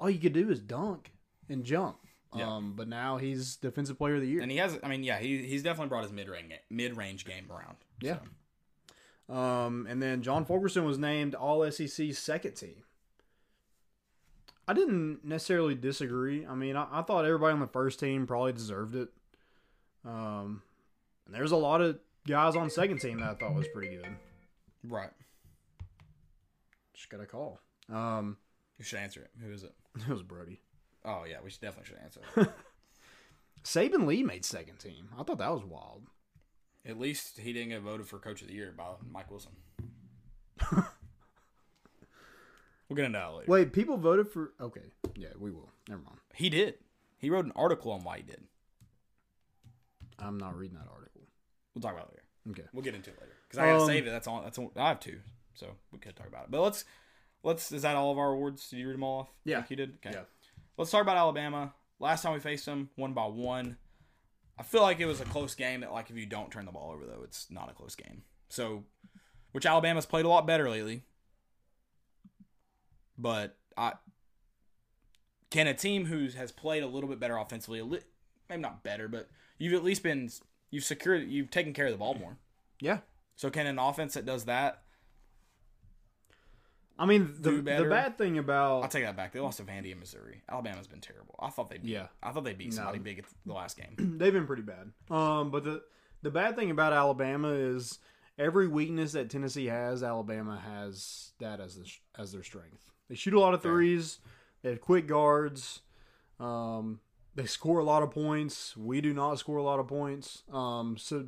B: All he could do is dunk and jump.
A: Yeah.
B: Um, but now he's defensive player of the year.
A: And he has. I mean, yeah, he, he's definitely brought his mid range mid range game around.
B: yeah. Um, and then John Fulkerson was named All SEC second team. I didn't necessarily disagree. I mean, I, I thought everybody on the first team probably deserved it. Um, and there's a lot of guys on second team that I thought was pretty good.
A: Right.
B: Just got a call. Um,
A: You should answer it. Who is it?
B: it was Brody.
A: Oh yeah, we should definitely should answer. it.
B: Saban Lee made second team. I thought that was wild.
A: At least he didn't get voted for Coach of the Year by Mike Wilson. we'll get into that later.
B: Wait, people voted for. Okay, yeah, we will. Never mind.
A: He did. He wrote an article on why he did.
B: I'm not reading that article.
A: We'll talk about it later.
B: Okay.
A: We'll get into it later because I gotta
B: Um,
A: save it. That's all. That's all, I have two, so we could talk about it. But let's let's. Is that all of our awards? Did you read them all off?
B: Yeah.
A: Like you did. Okay.
B: Yeah.
A: Let's talk about Alabama. Last time we faced them, one by one. I feel like it was a close game. That like if you don't turn the ball over though, it's not a close game. So, which Alabama's played a lot better lately. But I can a team who has played a little bit better offensively, a li- maybe not better, but you've at least been you've secured you've taken care of the ball more.
B: Yeah.
A: So can an offense that does that?
B: I mean, the,
A: Do
B: the
A: better.
B: bad thing
A: I'll
B: about
A: take that back. They lost to Vandy in Missouri. Alabama's been terrible. I thought they beat,
B: Yeah.
A: I thought they beat somebody big at the last game.
D: They've been pretty bad. Um, but the the bad thing about Alabama is every weakness that Tennessee has, Alabama has that as the,
B: as their strength. They shoot a lot of threes. They have quick guards. Um, they score a lot of points. We do not score a lot of points. Um, so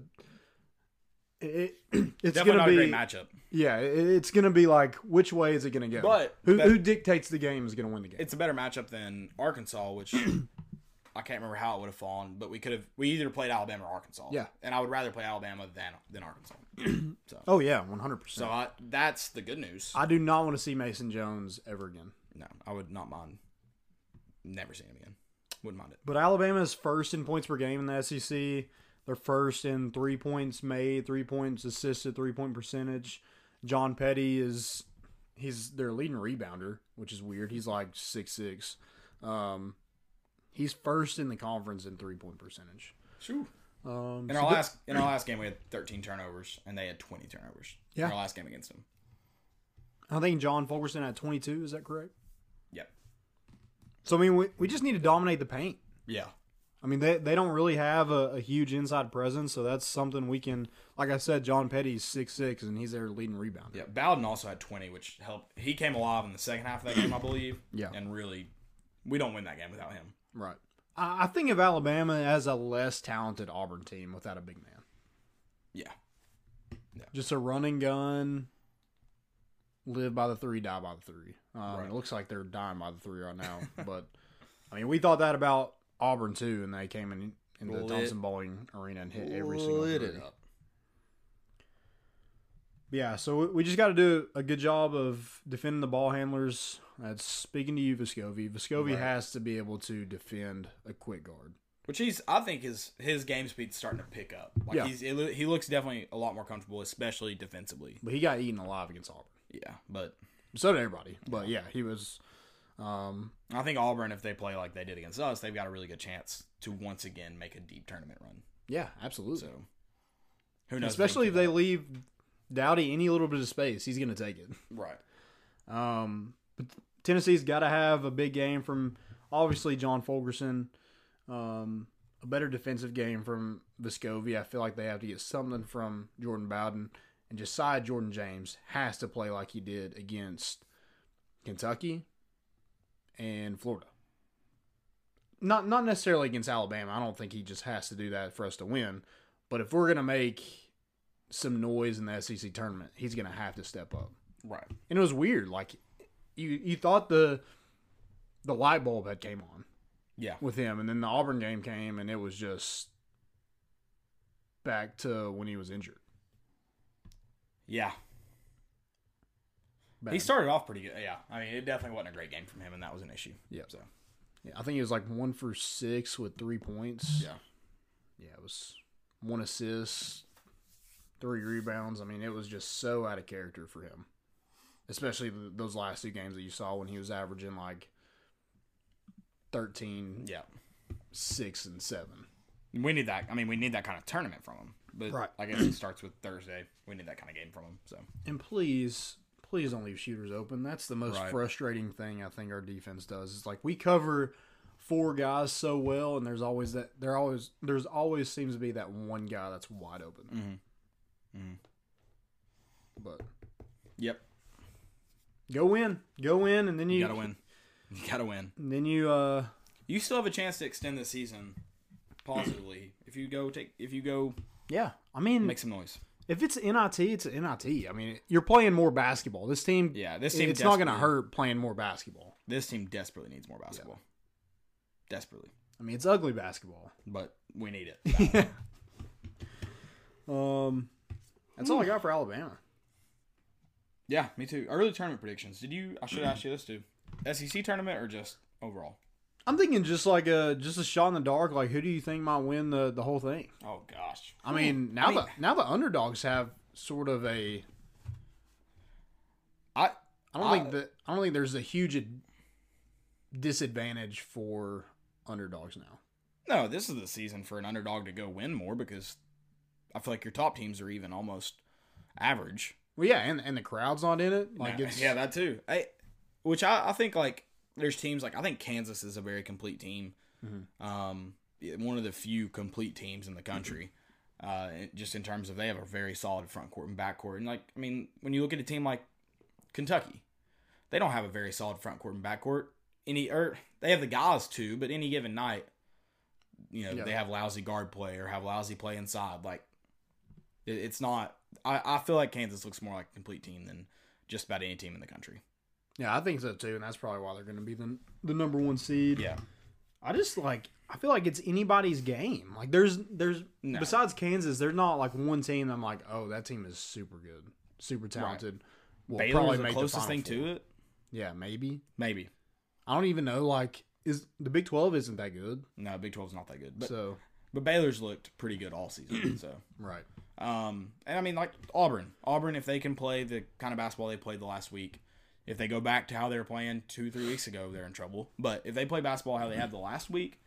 B: it, it's
A: Definitely
B: gonna
A: not
B: be
A: a great matchup.
B: yeah, it, it's gonna be like which way is it gonna go?
A: But-
B: who,
A: but-
B: who dictates the game is gonna win the game?
A: It's a better matchup than Arkansas, which I can't remember how it would have fallen, but we could have we either played Alabama or Arkansas.
B: Yeah.
A: And I would rather play Alabama than than Arkansas. so
B: oh yeah, one hundred
A: so
B: percent.
A: I, that's the good news.
B: I do not want to see Mason Jones ever again.
A: no, I would not mind never seeing him again. Wouldn't mind it.
D: But Alabama is first in points per game in the SEC. They're first in three points made, three points assisted, three point percentage.
B: John Petty is he's their leading rebounder, which is weird. He's like six six. Um, he's first in the conference in three point percentage.
A: Sure.
B: Um,
A: In our last in our last game we had 13 turnovers and they had 20 turnovers.
B: Yeah.
A: In our last game against them.
D: I think John Fulkerson had 22. Is that correct?
A: Yep.
D: So I mean, we, we just need to dominate the paint.
A: Yeah.
D: I mean, they, they don't really have a, a huge inside presence, so that's something we can. Like I said, John Petty's six six, and he's their leading rebounder.
A: Yeah, Bowden also had 20, which helped. He came alive in the second half of that game, I believe.
B: Yeah.
A: And really, we don't win that game without him.
B: right. I, I think of Alabama as a less talented Auburn team without a big man.
A: Yeah.
B: Just a running gun. Live by the three, die by the three. Um,
A: Right.
B: It looks like they're dying by the three right now. but I mean, we thought that about Auburn too, and they came in into the
A: Lit-
B: Thompson Bowling Arena and hit every single three.
A: up.
D: Yeah, so we- we just got to do a good job of defending the ball handlers.
B: That's speaking to you, Vescovi. Vescovi
A: Right.
B: has to be able to defend a quick guard.
A: Which he's, I think, his his game speed's starting to pick up. Like
B: Yeah.
A: he's, he loo- he looks definitely a lot more comfortable, especially defensively.
B: But he got eaten alive against Auburn.
A: Yeah, but
B: So did everybody. But yeah, he was. Um,
A: I think Auburn, if they play like they did against us, they've got a really good chance to once again make a deep tournament run.
B: yeah, absolutely.
A: So who knows?
B: Especially if they leave Dowdy any little bit of space, he's going to take it.
A: right.
B: Um,
D: Tennessee's got to have a big game from obviously John Fulkerson. Um,
B: a better defensive game from Vescovi. I feel like they have to get something from Jordan Bowden. And Josiah Jordan James has to play like he did against Kentucky and Florida. Not not necessarily against Alabama. I don't think he just has to do that for us to win. But if we're gonna make some noise in the SEC tournament, he's gonna have to step up.
A: Right.
B: And it was weird. Like you you thought the the light bulb had came on
A: Yeah.
B: with him, and then the Auburn game came, and it was just back to when he was injured.
A: Yeah.
B: Bad.
A: He started off pretty good. Yeah. I mean, it definitely wasn't a great game from him, and that was an issue.
B: Yep.
A: So,
B: Yeah, I think he was like one for six with three points.
A: yeah.
B: yeah, it was one assist, three rebounds. I mean, it was just so out of character for him, especially th those last two games that you saw when he was averaging like 13,
A: Yeah.
B: 6, and 7.
A: We need that. I mean, we need that kind of tournament from him. But
B: Right.
A: I guess it starts with Thursday. We need that kind of game from him. So,
B: And please, please don't leave shooters open. That's the most
A: Right.
B: frustrating thing I think our defense does. It's like we cover four guys so well, and there's always that there always there's always seems to be that one guy that's wide open.
A: Mm-hmm.
B: But
A: yep.
B: go in, go in, and then you,
A: You got to win. You got to win.
B: And then you uh
A: You still have a chance to extend the season positively if you go take if you go
B: yeah. I mean,
A: make some noise.
B: if it's NIT, it's NIT. I mean, you're playing more basketball. This team,
A: Yeah, this team
B: it's not going to
A: desperately-
B: hurt playing more basketball.
A: This team desperately needs more basketball. Desperately.
B: I mean, it's ugly basketball.
A: But we need it. That one.
B: Um, that's
A: Hmm.
B: all I got for Alabama.
A: yeah, me too. Early tournament predictions. Did you I should ask you this too. SEC tournament or just overall?
B: I'm thinking just like a just a shot in the dark. Like, who do you think might win the the whole thing?
A: Oh gosh.
B: I mean, now the now the underdogs have sort of a.
A: I
B: I don't
A: I-
B: think that I don't think there's a huge ad- disadvantage for underdogs now.
A: no, this is the season for an underdog to go win more because I feel like your top teams are even almost average.
B: Well, yeah, and and the crowd's not in it. Like,
A: Nah,
B: it's,
A: yeah, that too. I, which I, I think like there's teams like I think Kansas is a very complete team.
B: Mm-hmm.
A: Um, yeah, one of the few complete teams in the country. Uh, it- just in terms of they have a very solid front court and back court, and like I mean, when you look at a team like Kentucky, they don't have a very solid front court and back court. Any or they have the guys too, but any given night, you know,
B: Yeah.
A: they have lousy guard play or have lousy play inside. Like it, it's not. I, I feel like Kansas looks more like a complete team than just about any team in the country.
B: Yeah, I think so too, and that's probably why they're going to be the the number one seed.
A: Yeah.
B: I just like I feel like it's anybody's game. Like there's there's
A: No.
B: besides Kansas, there's not like one team that I'm like, oh, that team is super good, super talented. Will
A: Baylor was the
B: make
A: closest
B: Final
A: thing
B: Four.
A: to it.
B: Yeah, maybe.
A: Maybe.
B: I don't even know. Like, is the Big Twelve isn't that good?
A: No, Big 12's not that good. But
B: so
A: but Baylor's looked pretty good all season. so
B: right.
A: um and I mean like Auburn. Auburn if they can play the kind of basketball they played the last week, if they go back to how they were playing 2 3 weeks ago, they're in trouble. But if they play basketball how they had the last week,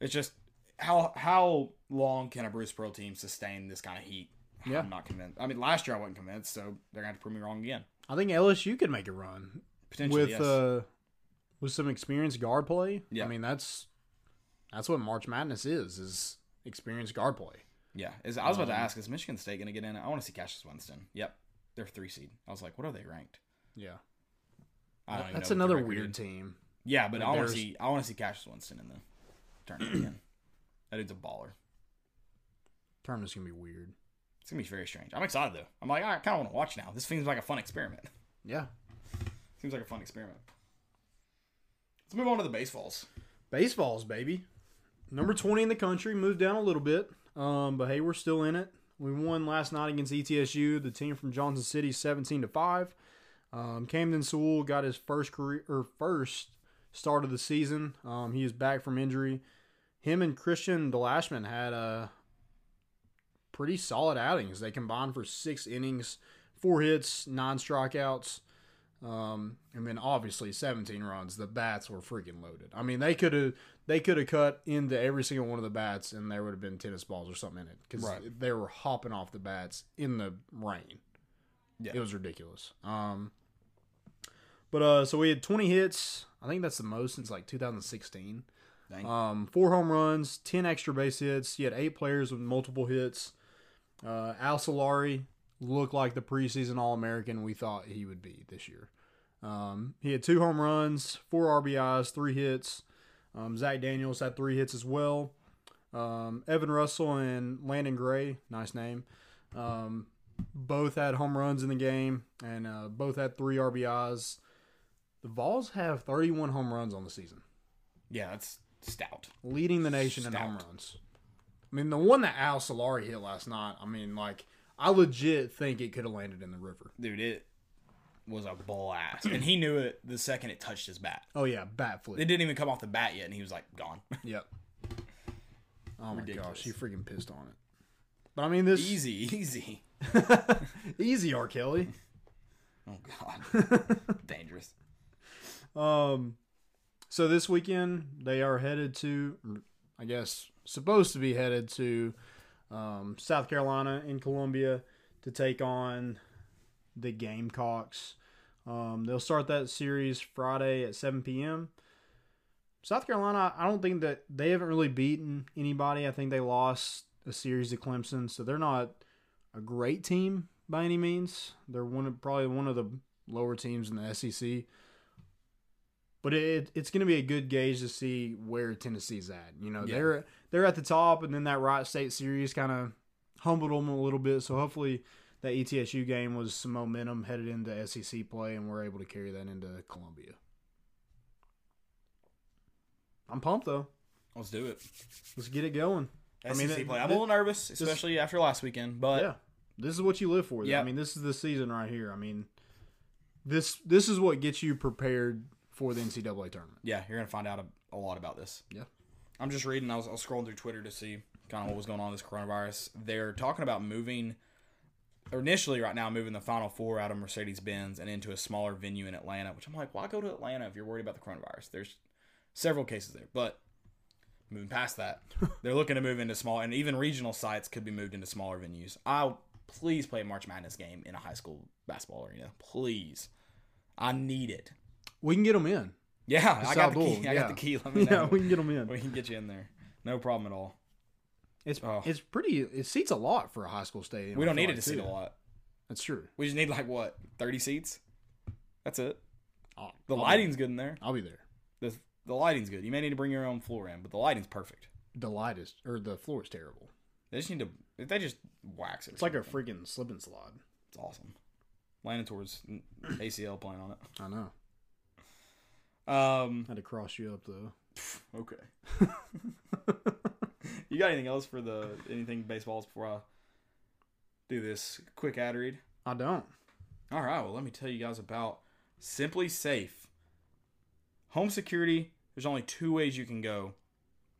A: it's just how how long can a Bruce Pearl team sustain this kind of heat?
B: Yeah.
A: I'm not convinced. I mean, last year I wasn't convinced, so they're gonna have to prove me wrong again.
B: I think LSU could make a run
A: Potentially,
B: with
A: yes.
B: uh with some experienced guard play.
A: Yeah.
B: I mean that's that's what March Madness is is experienced guard play.
A: Yeah, is I was about to
B: Um,
A: ask, is Michigan State going to get in? I want to see Cassius Winston. Yep, they're three seed. I was like, what are they ranked?
B: Yeah,
A: I don't even
B: that's
A: know what
B: another
A: their record
B: weird
A: is.
B: team.
A: Yeah, but I want to
B: Bears-
A: see I want to see Cassius Winston in the tournament again. That dude's a baller.
B: Tournament's gonna be weird.
A: It's gonna be very strange. I'm excited though. I'm like, I kind of want to watch now. This seems like a fun experiment.
B: Yeah,
A: seems like a fun experiment. Let's move on to the baseballs.
B: baseballs, baby. Number 20 in the country, moved down a little bit. Um, but hey, we're still in it. We won last night against E ETSU, the team from Johnson City, 17 to 5. Um, Camden Sewell got his first career or first start of the season. Um, he is back from injury. Him and Christian Delashman had a pretty solid outings. They combined for six innings, four hits, nine strikeouts. Um, and then obviously 17 runs. The bats were freaking loaded. I mean, they could have they could have cut into every single one of the bats, and there would have been tennis balls or something in it because
A: Right.
B: they were hopping off the bats in the rain.
A: Yeah.
B: It was ridiculous. Um, but uh, so we had 20 hits. I think that's the most since like 2016.
A: Dang.
B: Um, four home runs, 10 extra base hits. He had eight players with multiple hits. Uh, Al Solari looked like the preseason All American we thought he would be this year. Um, he had two home runs, four RBIs, three hits. Um, Zach Daniels had three hits as well. Um, Evan Russell and Landon Gray, nice name, um, both had home runs in the game and uh, both had three RBIs. The Vols have 31 home runs on the season,
A: yeah, that's stout.
B: leading the nation in
A: Stout.
B: home runs. I mean, the one that Al Solari hit last night, I mean, like, I legit think it could have landed in the river.
A: Dude, it was a blast. and he knew it the second it touched his bat.
B: Oh, yeah, bat flip.
A: It didn't even come off the bat yet, and he was like, gone.
B: Yep. Oh my
A: Ridiculous.
B: gosh, he freaking pissed on it. But I mean, this easy,
A: easy, easy.
B: easy R. Kelly.
A: Oh, God. Dangerous.
B: Um, so this weekend they are headed to, I guess, supposed to be headed to um, South Carolina and Columbia to take on the Gamecocks. Um, they'll start that series Friday at 7 p.m. South Carolina, I don't think that they haven't really beaten anybody. I think they lost a series to Clemson, so they're not a great team by any means. They're one of, probably one of the lower teams in the SEC. But it, it's going to be a good gauge to see where Tennessee's at. You know,
A: Yeah.
B: they're they're at the top, and then that Wright State series kind of humbled them a little bit. So hopefully that E ETSU game was some momentum headed into SEC play, and we're able to carry that into Columbia. I'm pumped though.
A: Let's do it.
B: Let's get it going. I mean,
A: SEC
B: it-
A: play. I'm
B: it-
A: a little nervous, especially after last weekend, but
B: yeah, this is what you live for. though.
A: Yeah.
B: I mean, this is the season right here. I mean, this this is what gets you prepared for the NCAA tournament.
A: yeah, you're going to find out a, a lot about this.
B: Yeah.
A: I'm just reading. I was, I was scrolling through Twitter to see kind of what was going on with this coronavirus. They're talking about moving, or initially right now, moving the Final Four out of Mercedes Benz and into a smaller venue in Atlanta. Which I'm like, why go to Atlanta if you're worried about the coronavirus? There's several cases there, but moving past that, they're looking to move into small and even regional sites could be moved into smaller venues. I'll please play a March Madness game in a high school basketball arena, please. I need it.
B: We can get them in.
A: Yeah, I got the
B: Saul
A: key.
B: Bull,
A: I
B: yeah.
A: got the key. Let me know.
B: Yeah, we can get them
A: We
B: in.
A: can get you in there. No problem at all.
B: It's
A: Oh.
B: it's pretty. It seats a lot for a high school stadium.
A: We
B: I
A: don't
B: feel
A: need it
B: like,
A: to seat
B: too.
A: a lot.
B: That's true.
A: We just need like what thirty seats. That's it.
B: I'll,
A: The lighting's good in there.
B: I'll be there.
A: The the lighting's good. You may need to bring your own floor in, but the lighting's perfect.
B: The light is or the floor is terrible.
A: They just need to. If they just wax it,
B: It's like a freaking slip and slide.
A: it's awesome. Landing towards ACL playing on it.
B: I know.
A: Um.
B: Had to cross you up though.
A: Okay. you got anything else for the anything baseballs before I do this quick ad read?
B: I don't.
A: All right, well, let me tell you guys about Simply Safe. Home security, there's only two ways you can go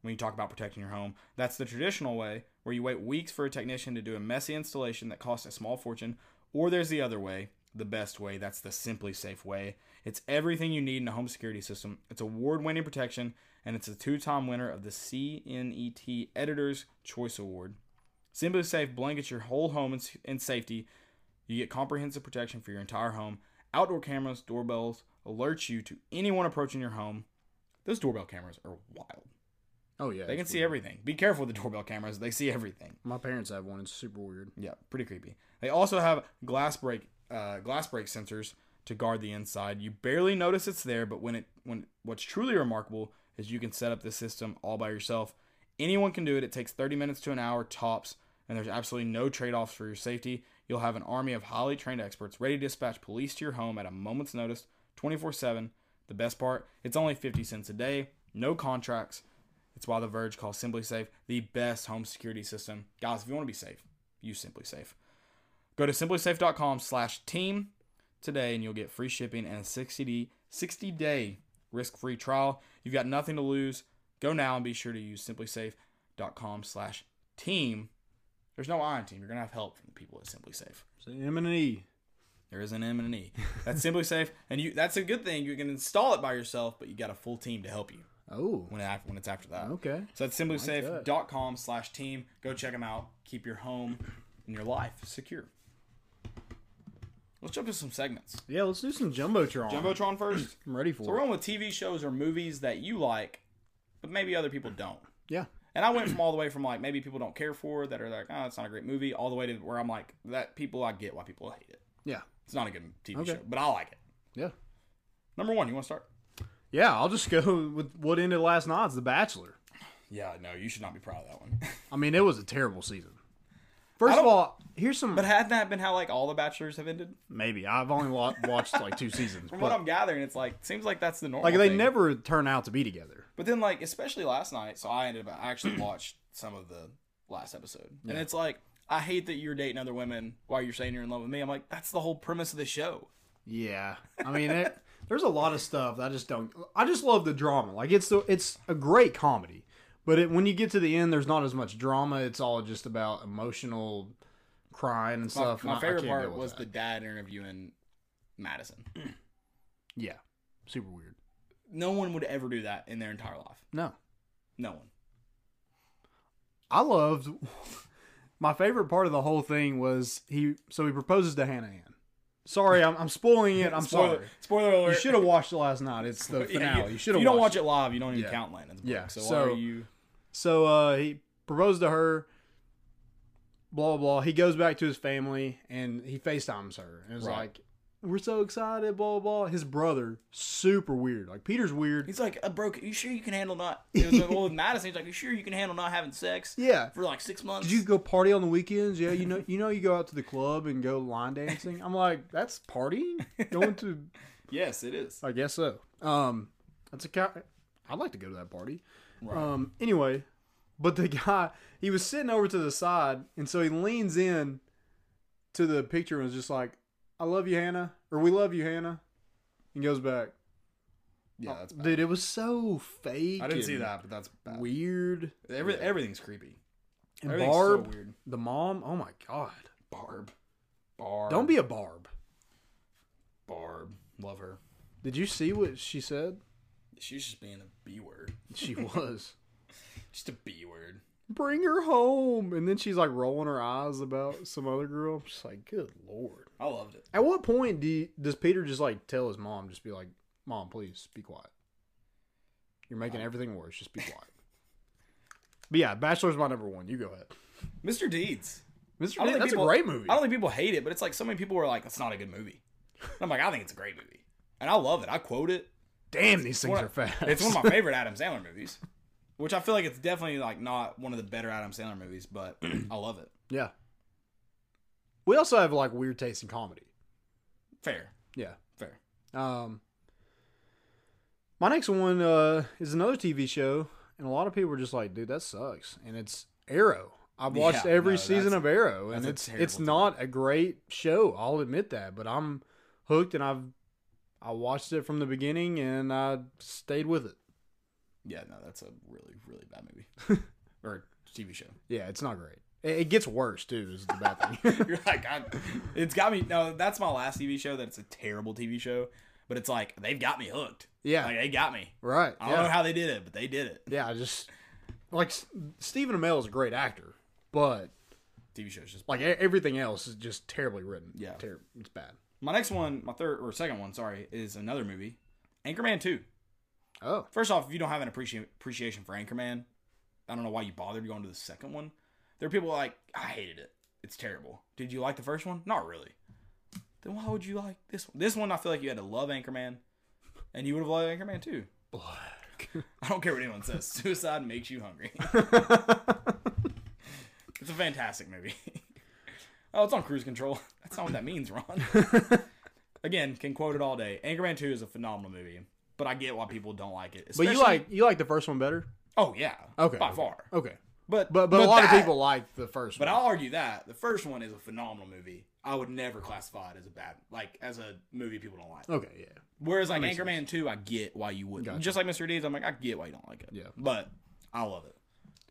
A: when you talk about protecting your home. That's the traditional way, where you wait weeks for a technician to do a messy installation that costs a small fortune, or there's the other way, the best way, that's the Simply Safe way. It's everything you need in a home security system. It's award-winning protection, and it's a two-time winner of the CNET Editor's Choice Award. Simply Safe blankets your whole home in, in safety you get comprehensive protection for your entire home. Outdoor cameras, doorbells alert you to anyone approaching your home. Those doorbell cameras are wild.
B: Oh yeah.
A: They can see everything. Be careful with the doorbell cameras. They see everything.
B: My parents have one. It's super weird.
A: Yeah, pretty creepy. They also have glass break uh, glass break sensors to guard the inside. You barely notice it's there, but when it when what's truly remarkable is you can set up this system all by yourself. Anyone can do it. It takes 30 minutes to an hour tops, and there's absolutely no trade-offs for your safety. You'll have an army of highly trained experts ready to dispatch police to your home at a moment's notice, 24/7. The best part, it's only 50 cents a day, no contracts. It's why The Verge calls Simply Safe the best home security system. Guys, if you want to be safe, use Simply Safe. Go to simplysafe.com slash team today and you'll get free shipping and a 60 day, 60 day risk free trial. You've got nothing to lose. Go now and be sure to use simplysafe.com slash team. There's no I in team. You're going to have help from the people at Simply Safe.
B: It's an M and an E.
A: There is an M and an E. That's Simply Safe. And you that's a good thing. You can install it by yourself, but you got a full team to help you
B: Oh.
A: when, it, when it's after that.
B: Okay.
A: So that's simplysafe.com slash team. Go check them out. Keep your home and your life secure. Let's jump to some segments.
B: Yeah. Let's do some jumbotron.
A: Jumbotron first.
B: I'm ready for
A: so we're
B: it.
A: on with TV shows or movies that you like but maybe other people don't.
B: Yeah.
A: And I went from all the way from like maybe people don't care for that are like, oh, it's not a great movie, all the way to where I'm like, that people I get why people hate it.
B: Yeah.
A: It's not a good TV
B: Okay.
A: show, but I like it.
B: Yeah.
A: Number one, you want to start?
B: Yeah, I'll just go with what ended last night's The Bachelor.
A: Yeah, no, you should not be proud of that one.
B: I mean, it was a terrible season. First of
A: don't-
B: all, here's some.
A: but had that been how like all the Bachelors have ended,
B: maybe I've only wa- watched like two seasons,
A: from
B: but-
A: what I'm gathering, it's like seems like that's the normal.
B: like they
A: thing.
B: never turn out to be together.
A: But then, like, especially last night, so I ended up, I actually watched some of the last episode. And it's like, I hate that you're dating other women while you're saying you're in love with me. I'm like, that's the whole premise of the show.
B: Yeah, I mean, it, there's a lot of stuff that I just don't. I just love the drama. Like it's the, it's a great comedy, but it, when you get to the end, there's not as much drama. It's all just about emotional crying and stuff.
A: My
B: and I- I
A: favorite
B: can't
A: part
B: deal with
A: was
B: that.
A: the dad interviewing Madison.
B: yeah, super weird.
A: No one would ever do that in their entire life.
B: No,
A: No one.
B: I loved. My favorite part of the whole thing was he. So he proposes to Hannah Ann. Sorry, I'm, I'm spoiling it. I'm
A: Spoiler,
B: sorry.
A: spoiler alert.
B: You should have watched it last night. It's the
A: Yeah,
B: finale.
A: you,
B: you should have.
A: if you don't
B: watched
A: watch it live, you don't even
B: Yeah.
A: count Landon's book.
B: Yeah,
A: So,
B: so-
A: why are you.
B: So uh, he proposed to her. Blah blah. He goes back to his family and he FaceTimes her and is
A: Right.
B: like, "We're so excited." Blah blah. His brother, super weird. Like Peter's weird.
A: He's like, uh, bro, you sure you can handle not. It was like, well, with Madison, he's like, you sure you can handle not having sex
B: Yeah.
A: for like six months?
B: Did you go party on the weekends? Yeah, you know, you know, you go out to the club and go line dancing. I'm like, that's partying. Going to,
A: Yes, it is.
B: I guess so. Um, that's a guy. I'd like to go to that party. Um, anyway, but the guy he was sitting over to the side, and so he leans in to the picture and was just like, "I love you, Hannah," or "We love you, Hannah," and goes back.
A: Yeah, that's bad.
B: Dude, it was so fake.
A: I didn't see
B: and
A: that, but that's bad.
B: Weird.
A: Every, Everything's creepy.
B: And
A: Everything's so
B: Barb,
A: weird.
B: the mom. Oh my god.
A: Barb. Barb.
B: Don't be a Barb.
A: Barb. Love her.
B: Did you see what she said?
A: She's just being a B word.
B: She was.
A: Just a B word.
B: Bring her home, and then she's like rolling her eyes about some other girl. I'm just like, good lord.
A: I loved it.
B: At what point do you, does Peter just like tell his mom, just be like, "Mom, please be quiet. You're making everything worse. Just be quiet." but yeah, Bachelor's my number one. You go ahead.
A: Mr. Deeds.
B: Mr.
A: I don't
B: Deeds,
A: think
B: that's
A: people-
B: a great movie.
A: I don't think people hate it, but it's like so many people were like, "That's not a good movie." And I'm like, I think it's a great movie, and I love it. I quote it.
B: Damn, these things
A: One-
B: are fast.
A: It's one of my favorite Adam Sandler movies, which I feel like it's definitely like not one of the better Adam Sandler movies, but I love it.
B: yeah. We also have like weird taste in comedy.
A: Fair,
B: Yeah.
A: fair.
B: Um, my next one uh, is another TV show, and a lot of people are just like, "Dude, that sucks." And it's Arrow. I've
A: Yeah,
B: watched every
A: no,
B: season
A: that's-
B: of Arrow, and
A: that's
B: it's
A: a
B: it's
A: terrible
B: not a great show. I'll admit that, but I'm hooked, and I've I watched it from the beginning, and I stayed with it.
A: Yeah, no, that's a really, really bad movie or TV show.
B: Yeah, it's not great. It, it gets worse too. Is the bad thing.
A: You're like, I, it's got me. No, that's my last TV show. That it's a terrible TV show, but it's like they've got me hooked.
B: Yeah.
A: like, they got me.
B: right?
A: Oh, I don't
B: yeah.
A: know how they did it, but they did it.
B: yeah, I just like S- Stephen Amell is a great actor, but
A: TV shows just
B: like e- everything else is just terribly written.
A: Yeah.
B: Ter- it's bad.
A: my next one, my third or second one, sorry, is another movie, Anchorman Two.
B: Oh.
A: First off, if you don't have an appreci- appreciation for Anchorman, I don't know why you bothered going to the second one. There are people like I hated it. It's terrible. Did you like the first one? Not really. Then why would you like this one? This one, I feel like you had to love Anchorman, and you would have loved Anchorman too.
B: Black.
A: I don't care what anyone says. Suicide makes you hungry. it's a fantastic movie. oh, it's on cruise control. That's not what that means, Ron. Again, can quote it all day. Anchorman Two is a phenomenal movie, but I get why people don't like it.
B: But you
A: especially-
B: like you like the first one better?
A: oh yeah,
B: Okay.
A: by
B: okay,
A: far.
B: Okay.
A: But
B: But but, a lot
A: that-
B: of people like the first
A: But
B: one.
A: I'll argue that the first one is a phenomenal movie. I would never classify it as a bad, like as a movie people don't like.
B: okay, yeah.
A: Whereas like Anchorman Two, I get why you wouldn't. Just like Mr. Deeds, I'm like I get why you don't like it.
B: Yeah.
A: but I love it.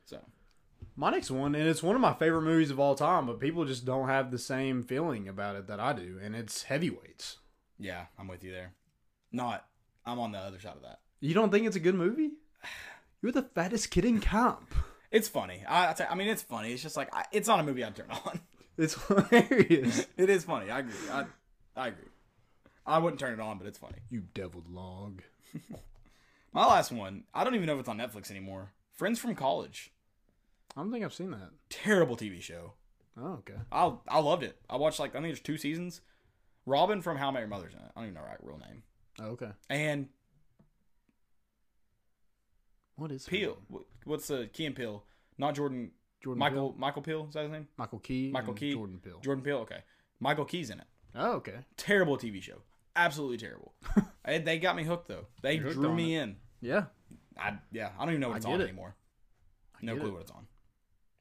A: So
B: My next one, and it's one of my favorite movies of all time, but people just don't have the same feeling about it that I do, and it's heavyweights.
A: Yeah, I'm with you there. Not, I'm on the other side of that.
B: You don't think it's a good movie? You're the fattest kid in camp.
A: It's funny. I, I, tell- I mean, it's funny. It's just like I, it's not a movie I'd turn on.
B: It's hilarious.
A: It is funny. I agree. I, I agree. I wouldn't turn it on, but it's funny.
B: you deviled log.
A: My last one. I don't even know if it's on Netflix anymore. Friends from College.
B: I don't think I've seen that.
A: Terrible TV show.
B: Oh, okay.
A: I I loved it. I watched like I think there's two seasons. Robin from How I Met Your Mother's in it. I don't even know her real name.
B: Oh, okay.
A: And
B: What is her
A: Peel.
B: name?
A: Wh- What's the Key and Peel? Not Jordan.
B: Jordan
A: Michael
B: Peele?
A: Michael Peel is that his name?
B: Michael Key.
A: Michael
B: and
A: Key.
B: Jordan Peele.
A: Jordan Peele. Okay. Michael Key's in it.
B: Oh, okay.
A: Terrible TV show. Absolutely terrible. And they got me hooked though. They
B: You're hooked
A: drew
B: on
A: me in.
B: Yeah.
A: I yeah. I don't even know what it's
B: get
A: on
B: it.
A: anymore. No
B: get
A: clue
B: it.
A: what it's on.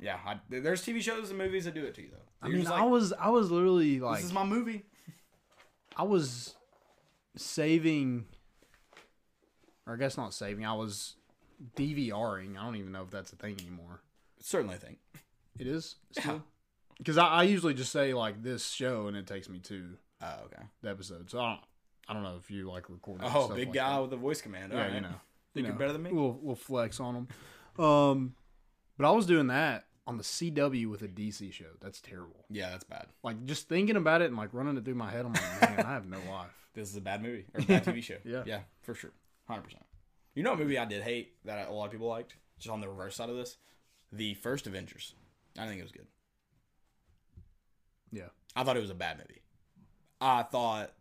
A: Yeah. I, there's TV shows and movies that do it to you though.
B: I
A: You're
B: mean,
A: just
B: I
A: like,
B: was I was literally
A: this
B: like
A: is my movie.
B: I was saving, or I guess not saving. I was DVRing. I don't even know if that's a thing anymore.
A: Certainly I think.
B: It is still because I, I usually just say like this show, and it takes me to
A: Oh okay.
B: the episode. So I don't, I don't know if you like recording.
A: Oh,
B: stuff
A: big
B: like
A: guy
B: that.
A: with the voice command.
B: Yeah,
A: All right.
B: you know,
A: Think
B: you
A: you're
B: know,
A: better than me?
B: We'll we'll flex on them. Um, but I was doing that on the CW with a DC show. That's terrible.
A: Yeah, that's bad.
B: Like just thinking about it and like running it through my head, I'm like, man, I have no life.
A: This is a bad movie or a bad TV show.
B: Yeah.
A: yeah, for sure, hundred percent. You know, a movie I did hate that a lot of people liked, just on the reverse side of this, the first Avengers. I don't think it was good.
B: Yeah.
A: I thought it was a bad movie. I thought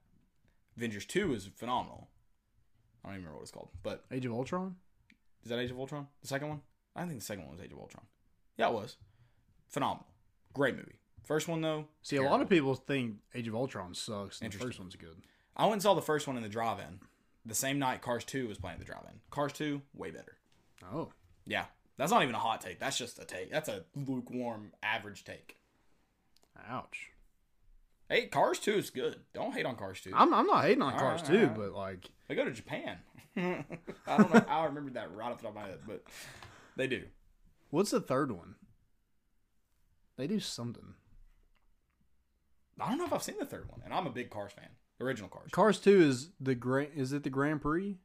A: Avengers Two was phenomenal. I don't even remember what it's called, but
B: Age of Ultron.
A: is that Age of Ultron? The second one? I don't think the second one was Age of Ultron. Yeah, it was phenomenal. Great movie. First one though,
B: See, a lot of people think Age of Ultron sucks. And the first one's good.
A: I went and saw the first one in the drive-in. The same night, Cars Two was playing at the drive-in. Cars Two, way better.
B: Oh,
A: Yeah. That's not even a hot take. That's just a take. That's a lukewarm average take.
B: ouch.
A: Hey, Cars 2 is good. Don't hate on Cars 2.
B: I'm, I'm not hating on Cars
A: right,
B: too,
A: all right.
B: but like,
A: They go to Japan. I don't know how I remember that right off the top of my head, but they do.
B: what's the third one? They do something.
A: I don't know if I've seen the third one, and I'm a big Cars fan. Original Cars.
B: Cars two is the grand. Is it the Grand Prix?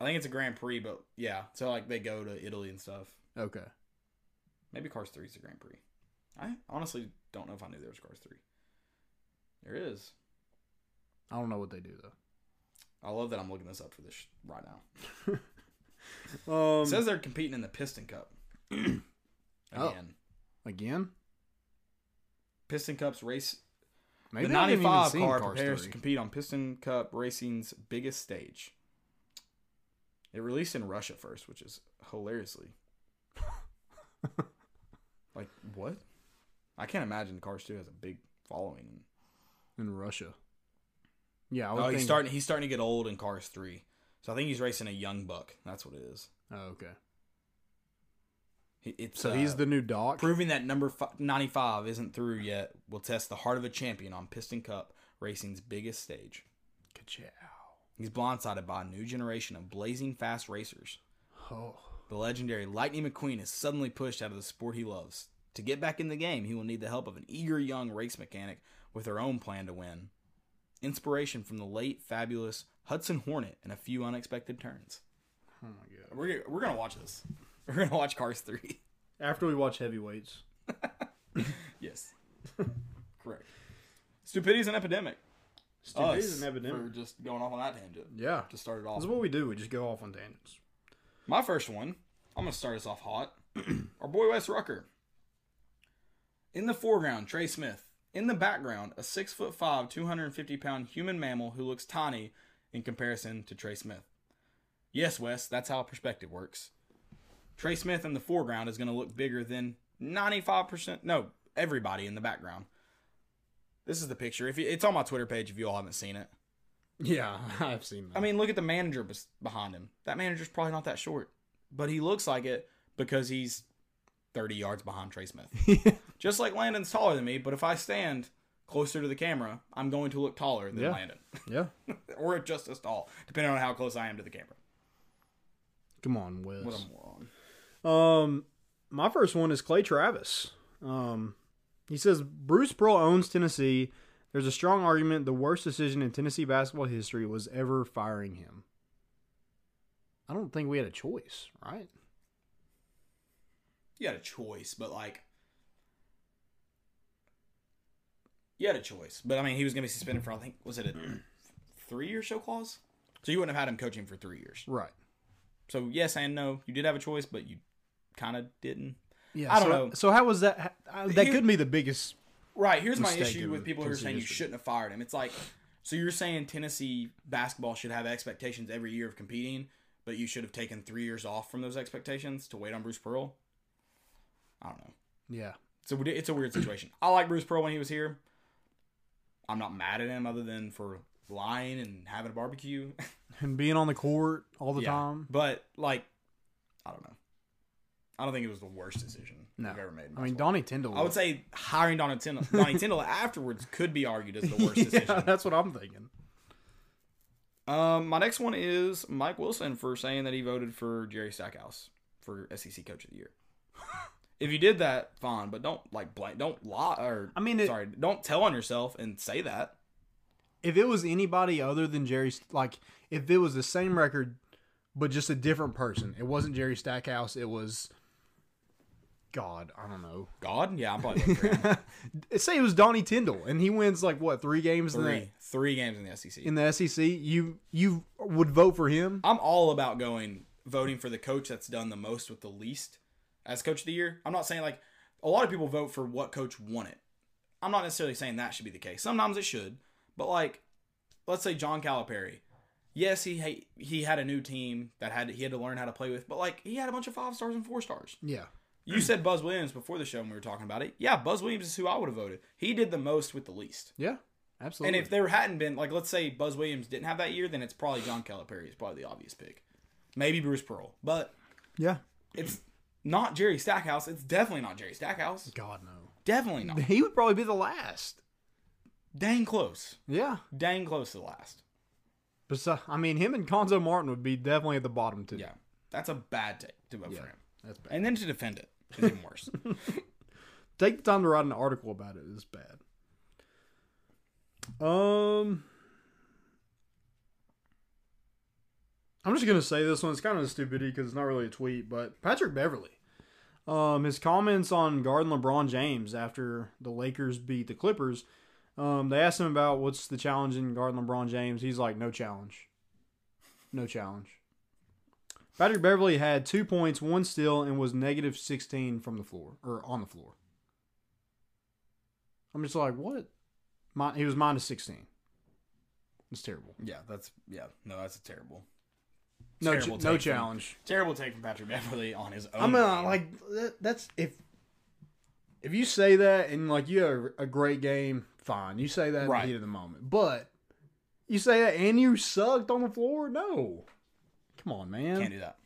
A: I think it's a Grand Prix, but yeah. So, like, they go to Italy and stuff.
B: Okay.
A: Maybe Cars 3 is the Grand Prix. I honestly don't know if I knew there was Cars 3. There is.
B: I don't know what they do though.
A: I love that I'm looking this up for this sh- right now.
B: Um,
A: It says they're competing in the Piston Cup. Again.
B: Oh. again,
A: Piston Cup's race.
B: maybe
A: the
B: I haven't even
A: 95
B: seen
A: car
B: Cars
A: prepares to
B: three.
A: compete on Piston Cup Racing's biggest stage. It released in Russia first, which is hilariously. like, what? I can't imagine Cars 2 has a big following.
B: in Russia. Yeah, I would
A: Oh,
B: think.
A: he's starting he's starting to get old in Cars 3. So I think he's racing a young buck. That's what it is.
B: oh, okay.
A: He, it's,
B: So he's
A: uh,
B: the new Doc.
A: Proving that number fi- 95 isn't through yet will test the heart of a champion on Piston Cup Racing's biggest stage.
B: Ka-chow.
A: He's blindsided by a new generation of blazing fast racers.
B: Oh,
A: The legendary Lightning McQueen is suddenly pushed out of the sport he loves. To get back in the game, he will need the help of an eager young race mechanic with her own plan to win. Inspiration from the late fabulous Hudson Hornet and a few unexpected turns.
B: oh my god.
A: We're, we're going to watch this. We're going to watch Cars 3.
B: After we watch heavyweights,
A: Yes. Correct. Stupidity is an epidemic.
B: Stupidity
A: Us
B: is an epidemic.
A: For just going off on that tangent.
B: yeah,
A: To start it off.
B: that's what we do. We just go off on tangents.
A: My first one, I'm going to start us off hot. Our boy Wes Rucker. In the foreground, Trey Smith. In the background, a six foot five, 250 pound human mammal who looks tiny in comparison to Trey Smith. Yes, Wes, that's how perspective works. Trey Smith in the foreground is going to look bigger than 95%, no, everybody in the background. This is the picture. If you, it's on my Twitter page if you all haven't seen it.
B: Yeah, I've seen that.
A: I mean, look at the manager bes- behind him. That manager's probably not that short, but he looks like it because he's 30 yards behind Trey Smith. Just like Landon's taller than me, but if I stand closer to the camera, I'm going to look taller than
B: Yeah.
A: Landon,
B: yeah.
A: or just as tall, depending on how close I am to the camera.
B: Come on, Wes.
A: What a moron.
B: Um, my first one is Clay Travis. Um, he says Bruce Pearl owns Tennessee. There's a strong argument the worst decision in Tennessee basketball history was ever firing him. I don't think we had a choice, right?
A: You had a choice, but like. You had a choice, but I mean, he was going to be suspended for I think was it a three-year show clause? So you wouldn't have had him coaching for three years.
B: Right.
A: So yes and no. You did have a choice, but you kind of didn't.
B: Yeah,
A: I don't
B: so,
A: know.
B: So how was that? uh, That
A: Here-
B: could be the biggest.
A: Right. Here's my
B: Mistake
A: issue
B: of
A: with people who are saying you
B: consideration.
A: shouldn't have fired him. It's like, so you're saying Tennessee basketball should have expectations every year of competing, but you should have taken three years off from those expectations to wait on Bruce Pearl. I don't know.
B: Yeah,
A: It's a weird- it's a weird situation. I like Bruce Pearl when he was here. I'm not mad at him other than for lying and having a barbecue
B: and being on the court all the
A: Yeah.
B: time.
A: But like, I don't know. I don't think it was the worst decision I've ever made. in
B: I mean,
A: basketball.
B: Donnie Tyndall.
A: I would say hiring Donnie Tindall, Donnie Tindall afterwards could be argued as the worst decision.
B: yeah, that's what I'm thinking.
A: Um, my next one is Mike Wilson for saying that he voted for Jerry Stackhouse for SEC Coach of the Year. if you did that, fine, but don't like blank, don't lie or
B: I mean, it-
A: sorry, don't tell on yourself and say that.
B: If it was anybody other than Jerry, like if it was the same record, but just a different person, it wasn't Jerry Stackhouse. It was God. I don't know.
A: God, yeah, I'm probably voting for him.
B: Say it was Donnie Tyndall, and he wins like what three games in the
A: three three games in the E SEC.
B: in the SEC. You you would vote for him?
A: I'm all about going voting for the coach that's done the most with the least as coach of the year. I'm not saying like a lot of people vote for what coach won it. I'm not necessarily saying that should be the case. Sometimes it should, but like let's say John Calipari. Yes, he ha- he had a new team that had he had to learn how to play with, but like he had a bunch of five stars and four stars.
B: Yeah.
A: You said Buzz Williams before the show when we were talking about it. Yeah, Buzz Williams is who I would have voted. He did the most with the least.
B: Yeah.
A: And
B: Absolutely.
A: if there hadn't been, like, let's say Buzz Williams didn't have that year, then it's probably John Calipari is probably the obvious pick. Maybe Bruce Pearl, but
B: yeah.
A: it's not Jerry Stackhouse. It's definitely not Jerry Stackhouse.
B: God no.
A: Definitely not.
B: He would probably be the last.
A: Dang close.
B: Yeah.
A: Dang close to the last.
B: Besides, I mean, him and Conzo Martin would be definitely at the bottom too.
A: Yeah, that's a bad take to vote for him.
B: that's bad.
A: And then to defend it is even worse.
B: Take the time to write an article about it is bad. Um, I'm just gonna say this one. It's kind of a stupidity because it's not really a tweet, but Patrick Beverly, um, his comments on guarding LeBron James after the Lakers beat the Clippers. Um, they asked him about what's the challenge in guarding LeBron James. He's like, no challenge, no challenge. Patrick Beverly had two points, one steal, and was negative 16 from the floor or on the floor. I'm just like, what? Mi- he was minus 16. It's terrible.
A: yeah, that's yeah. No, that's a terrible,
B: No,
A: Terrible
B: ch-
A: take
B: no
A: from-
B: challenge.
A: terrible take from Patrick Beverly on his own.
B: I'm uh,
A: game.
B: like that, that's if if you say that and like you have a great game, fine. You say that in
A: Right.
B: the heat of the moment, but you say that and you sucked on the floor. No, come on, man.
A: can't do that.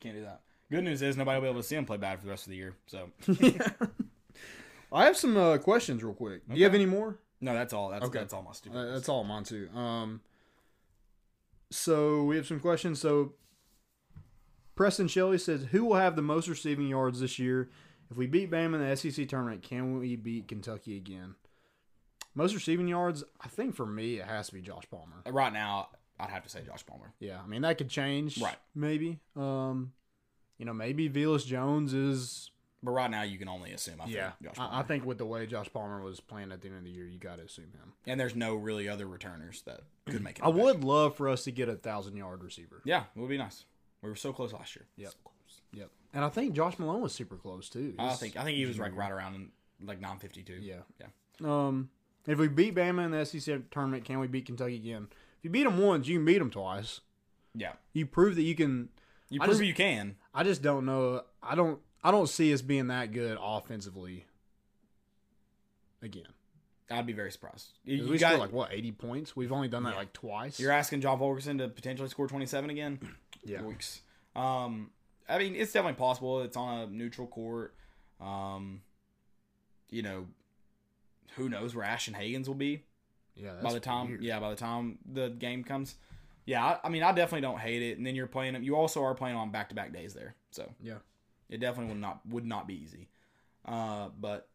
A: Can't do that. Good news is nobody will be able to see him play bad for the rest of the year. So
B: I have some uh, questions real quick. Do you have any more?
A: no, that's all. That's
B: Okay.
A: that's all my stupid.
B: Uh, that's all mine too. Um, so we have some questions. So Preston Shelley says, "Who will have the most receiving yards this year? If we beat Bama in the SEC tournament, can we beat Kentucky again?" Most receiving yards, I think for me, it has to be Josh Palmer.
A: right now, I'd have to say Josh Palmer.
B: Yeah, I mean that could change,
A: Right.
B: Maybe, um, you know, maybe Velas Jones is.
A: But right now, you can only assume. I think,
B: Yeah,
A: Josh Palmer.
B: I, I think with the way Josh Palmer was playing at the end of the year, you got to assume him.
A: and there's no really other returners that could make it.
B: I would love for us to get a thousand yard receiver.
A: Yeah, it would be nice. We were so close last year.
B: Yep.
A: So close.
B: Yep. And I think Josh Malone was super close too.
A: I
B: He's-
A: think I think he was like right around like 952.
B: Yeah.
A: Yeah.
B: Um, if we beat Bama in the SEC tournament, can we beat Kentucky again? If you beat them once, you can beat them twice.
A: Yeah.
B: You prove that you can.
A: You
B: I
A: prove
B: just-
A: you can.
B: I just don't know. I don't. I don't see us being that good offensively. Again,
A: I'd be very surprised.
B: we
A: You, you
B: scored
A: got,
B: like what eighty points. We've only done that like twice.
A: you're asking John Fulkerson to potentially score 27 again.
B: Yeah.
A: Weeks. Um, I mean, it's definitely possible. It's on a neutral court. Um, you know, who knows where Ashton Hagens will be?
B: yeah. That's
A: by the time
B: weird.
A: yeah by the time the game comes yeah I, I mean i definitely don't hate it and then you're playing them you also are playing on back-to-back days there so
B: Yeah.
A: it definitely would not would not be easy uh but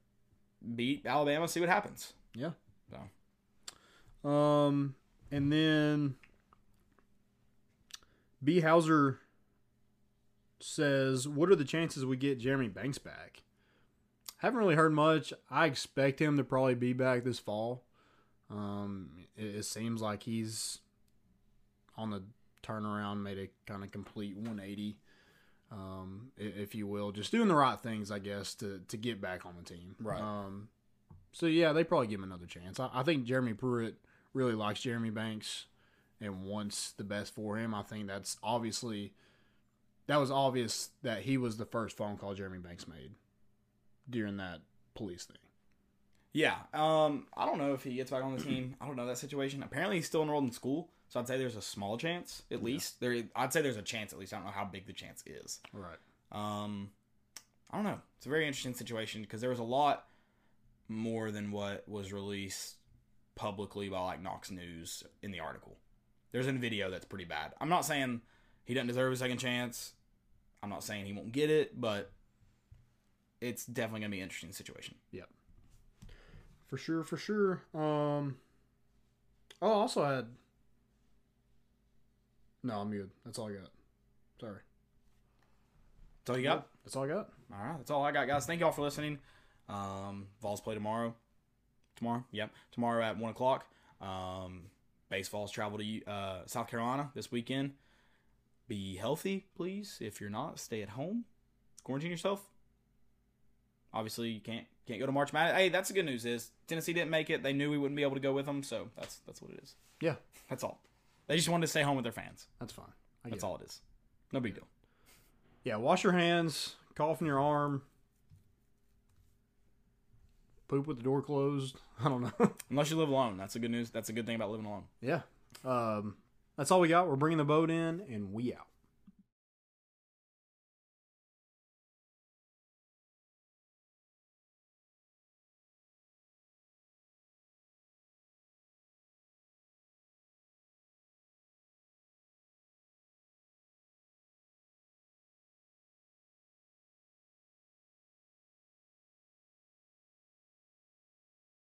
A: beat alabama see what happens
B: Yeah.
A: So.
B: Um, and then B. Hauser says, "What are the chances we get Jeremy Banks back?" Haven't really heard much. I expect him to probably be back this fall. Um, it, it seems like he's on the turnaround, made a kind of complete 180, um, i- if you will, just doing the right things, I guess, to to get back on the team.
A: Right.
B: Um, so yeah, they probably give him another chance. I, I think Jeremy Pruitt really likes Jeremy Banks and wants the best for him. I think that's obviously that was obvious that he was the first phone call Jeremy Banks made during that police thing.
A: Yeah. Um, I don't know if he gets back on the team. I don't know that situation. Apparently, he's still enrolled in school, so I'd say there's a small chance, at least. There, I'd say there's a chance, at least. I don't know how big the chance is.
B: Right.
A: Um, I don't know. It's a very interesting situation because there was a lot more than what was released publicly by like Knox News in the article. There's a video that's pretty bad. I'm not saying he doesn't deserve a second chance. I'm not saying he won't get it, but it's definitely gonna be an interesting situation.
B: For sure, for sure. Um Oh, I also had No, I'm muted. That's all I got. Sorry.
A: That's all you got.
B: That's all I got.
A: All right, that's all I got, guys. Thank y'all for listening. Um, Vols play tomorrow. Tomorrow, yep, tomorrow at one o'clock. Um, base Vols travel to uh, South Carolina this weekend. Be healthy, please. If you're not, stay at home. Quarantine yourself. Obviously, you can't can't go to March Madness. Hey, that's the good news is Tennessee didn't make it. They knew we wouldn't be able to go with them, so that's that's what it is.
B: Yeah,
A: That's all. They just wanted to stay home with their fans.
B: that's fine. I
A: That's
B: get it.
A: all it is. No big deal.
E: Yeah, wash your hands, cough in your arm,
B: Poop with the door closed. I don't know.
A: Unless you live alone, that's a good news. That's a good thing about living alone.
B: yeah. Um
E: That's all we got. We're bringing the boat in, and we out.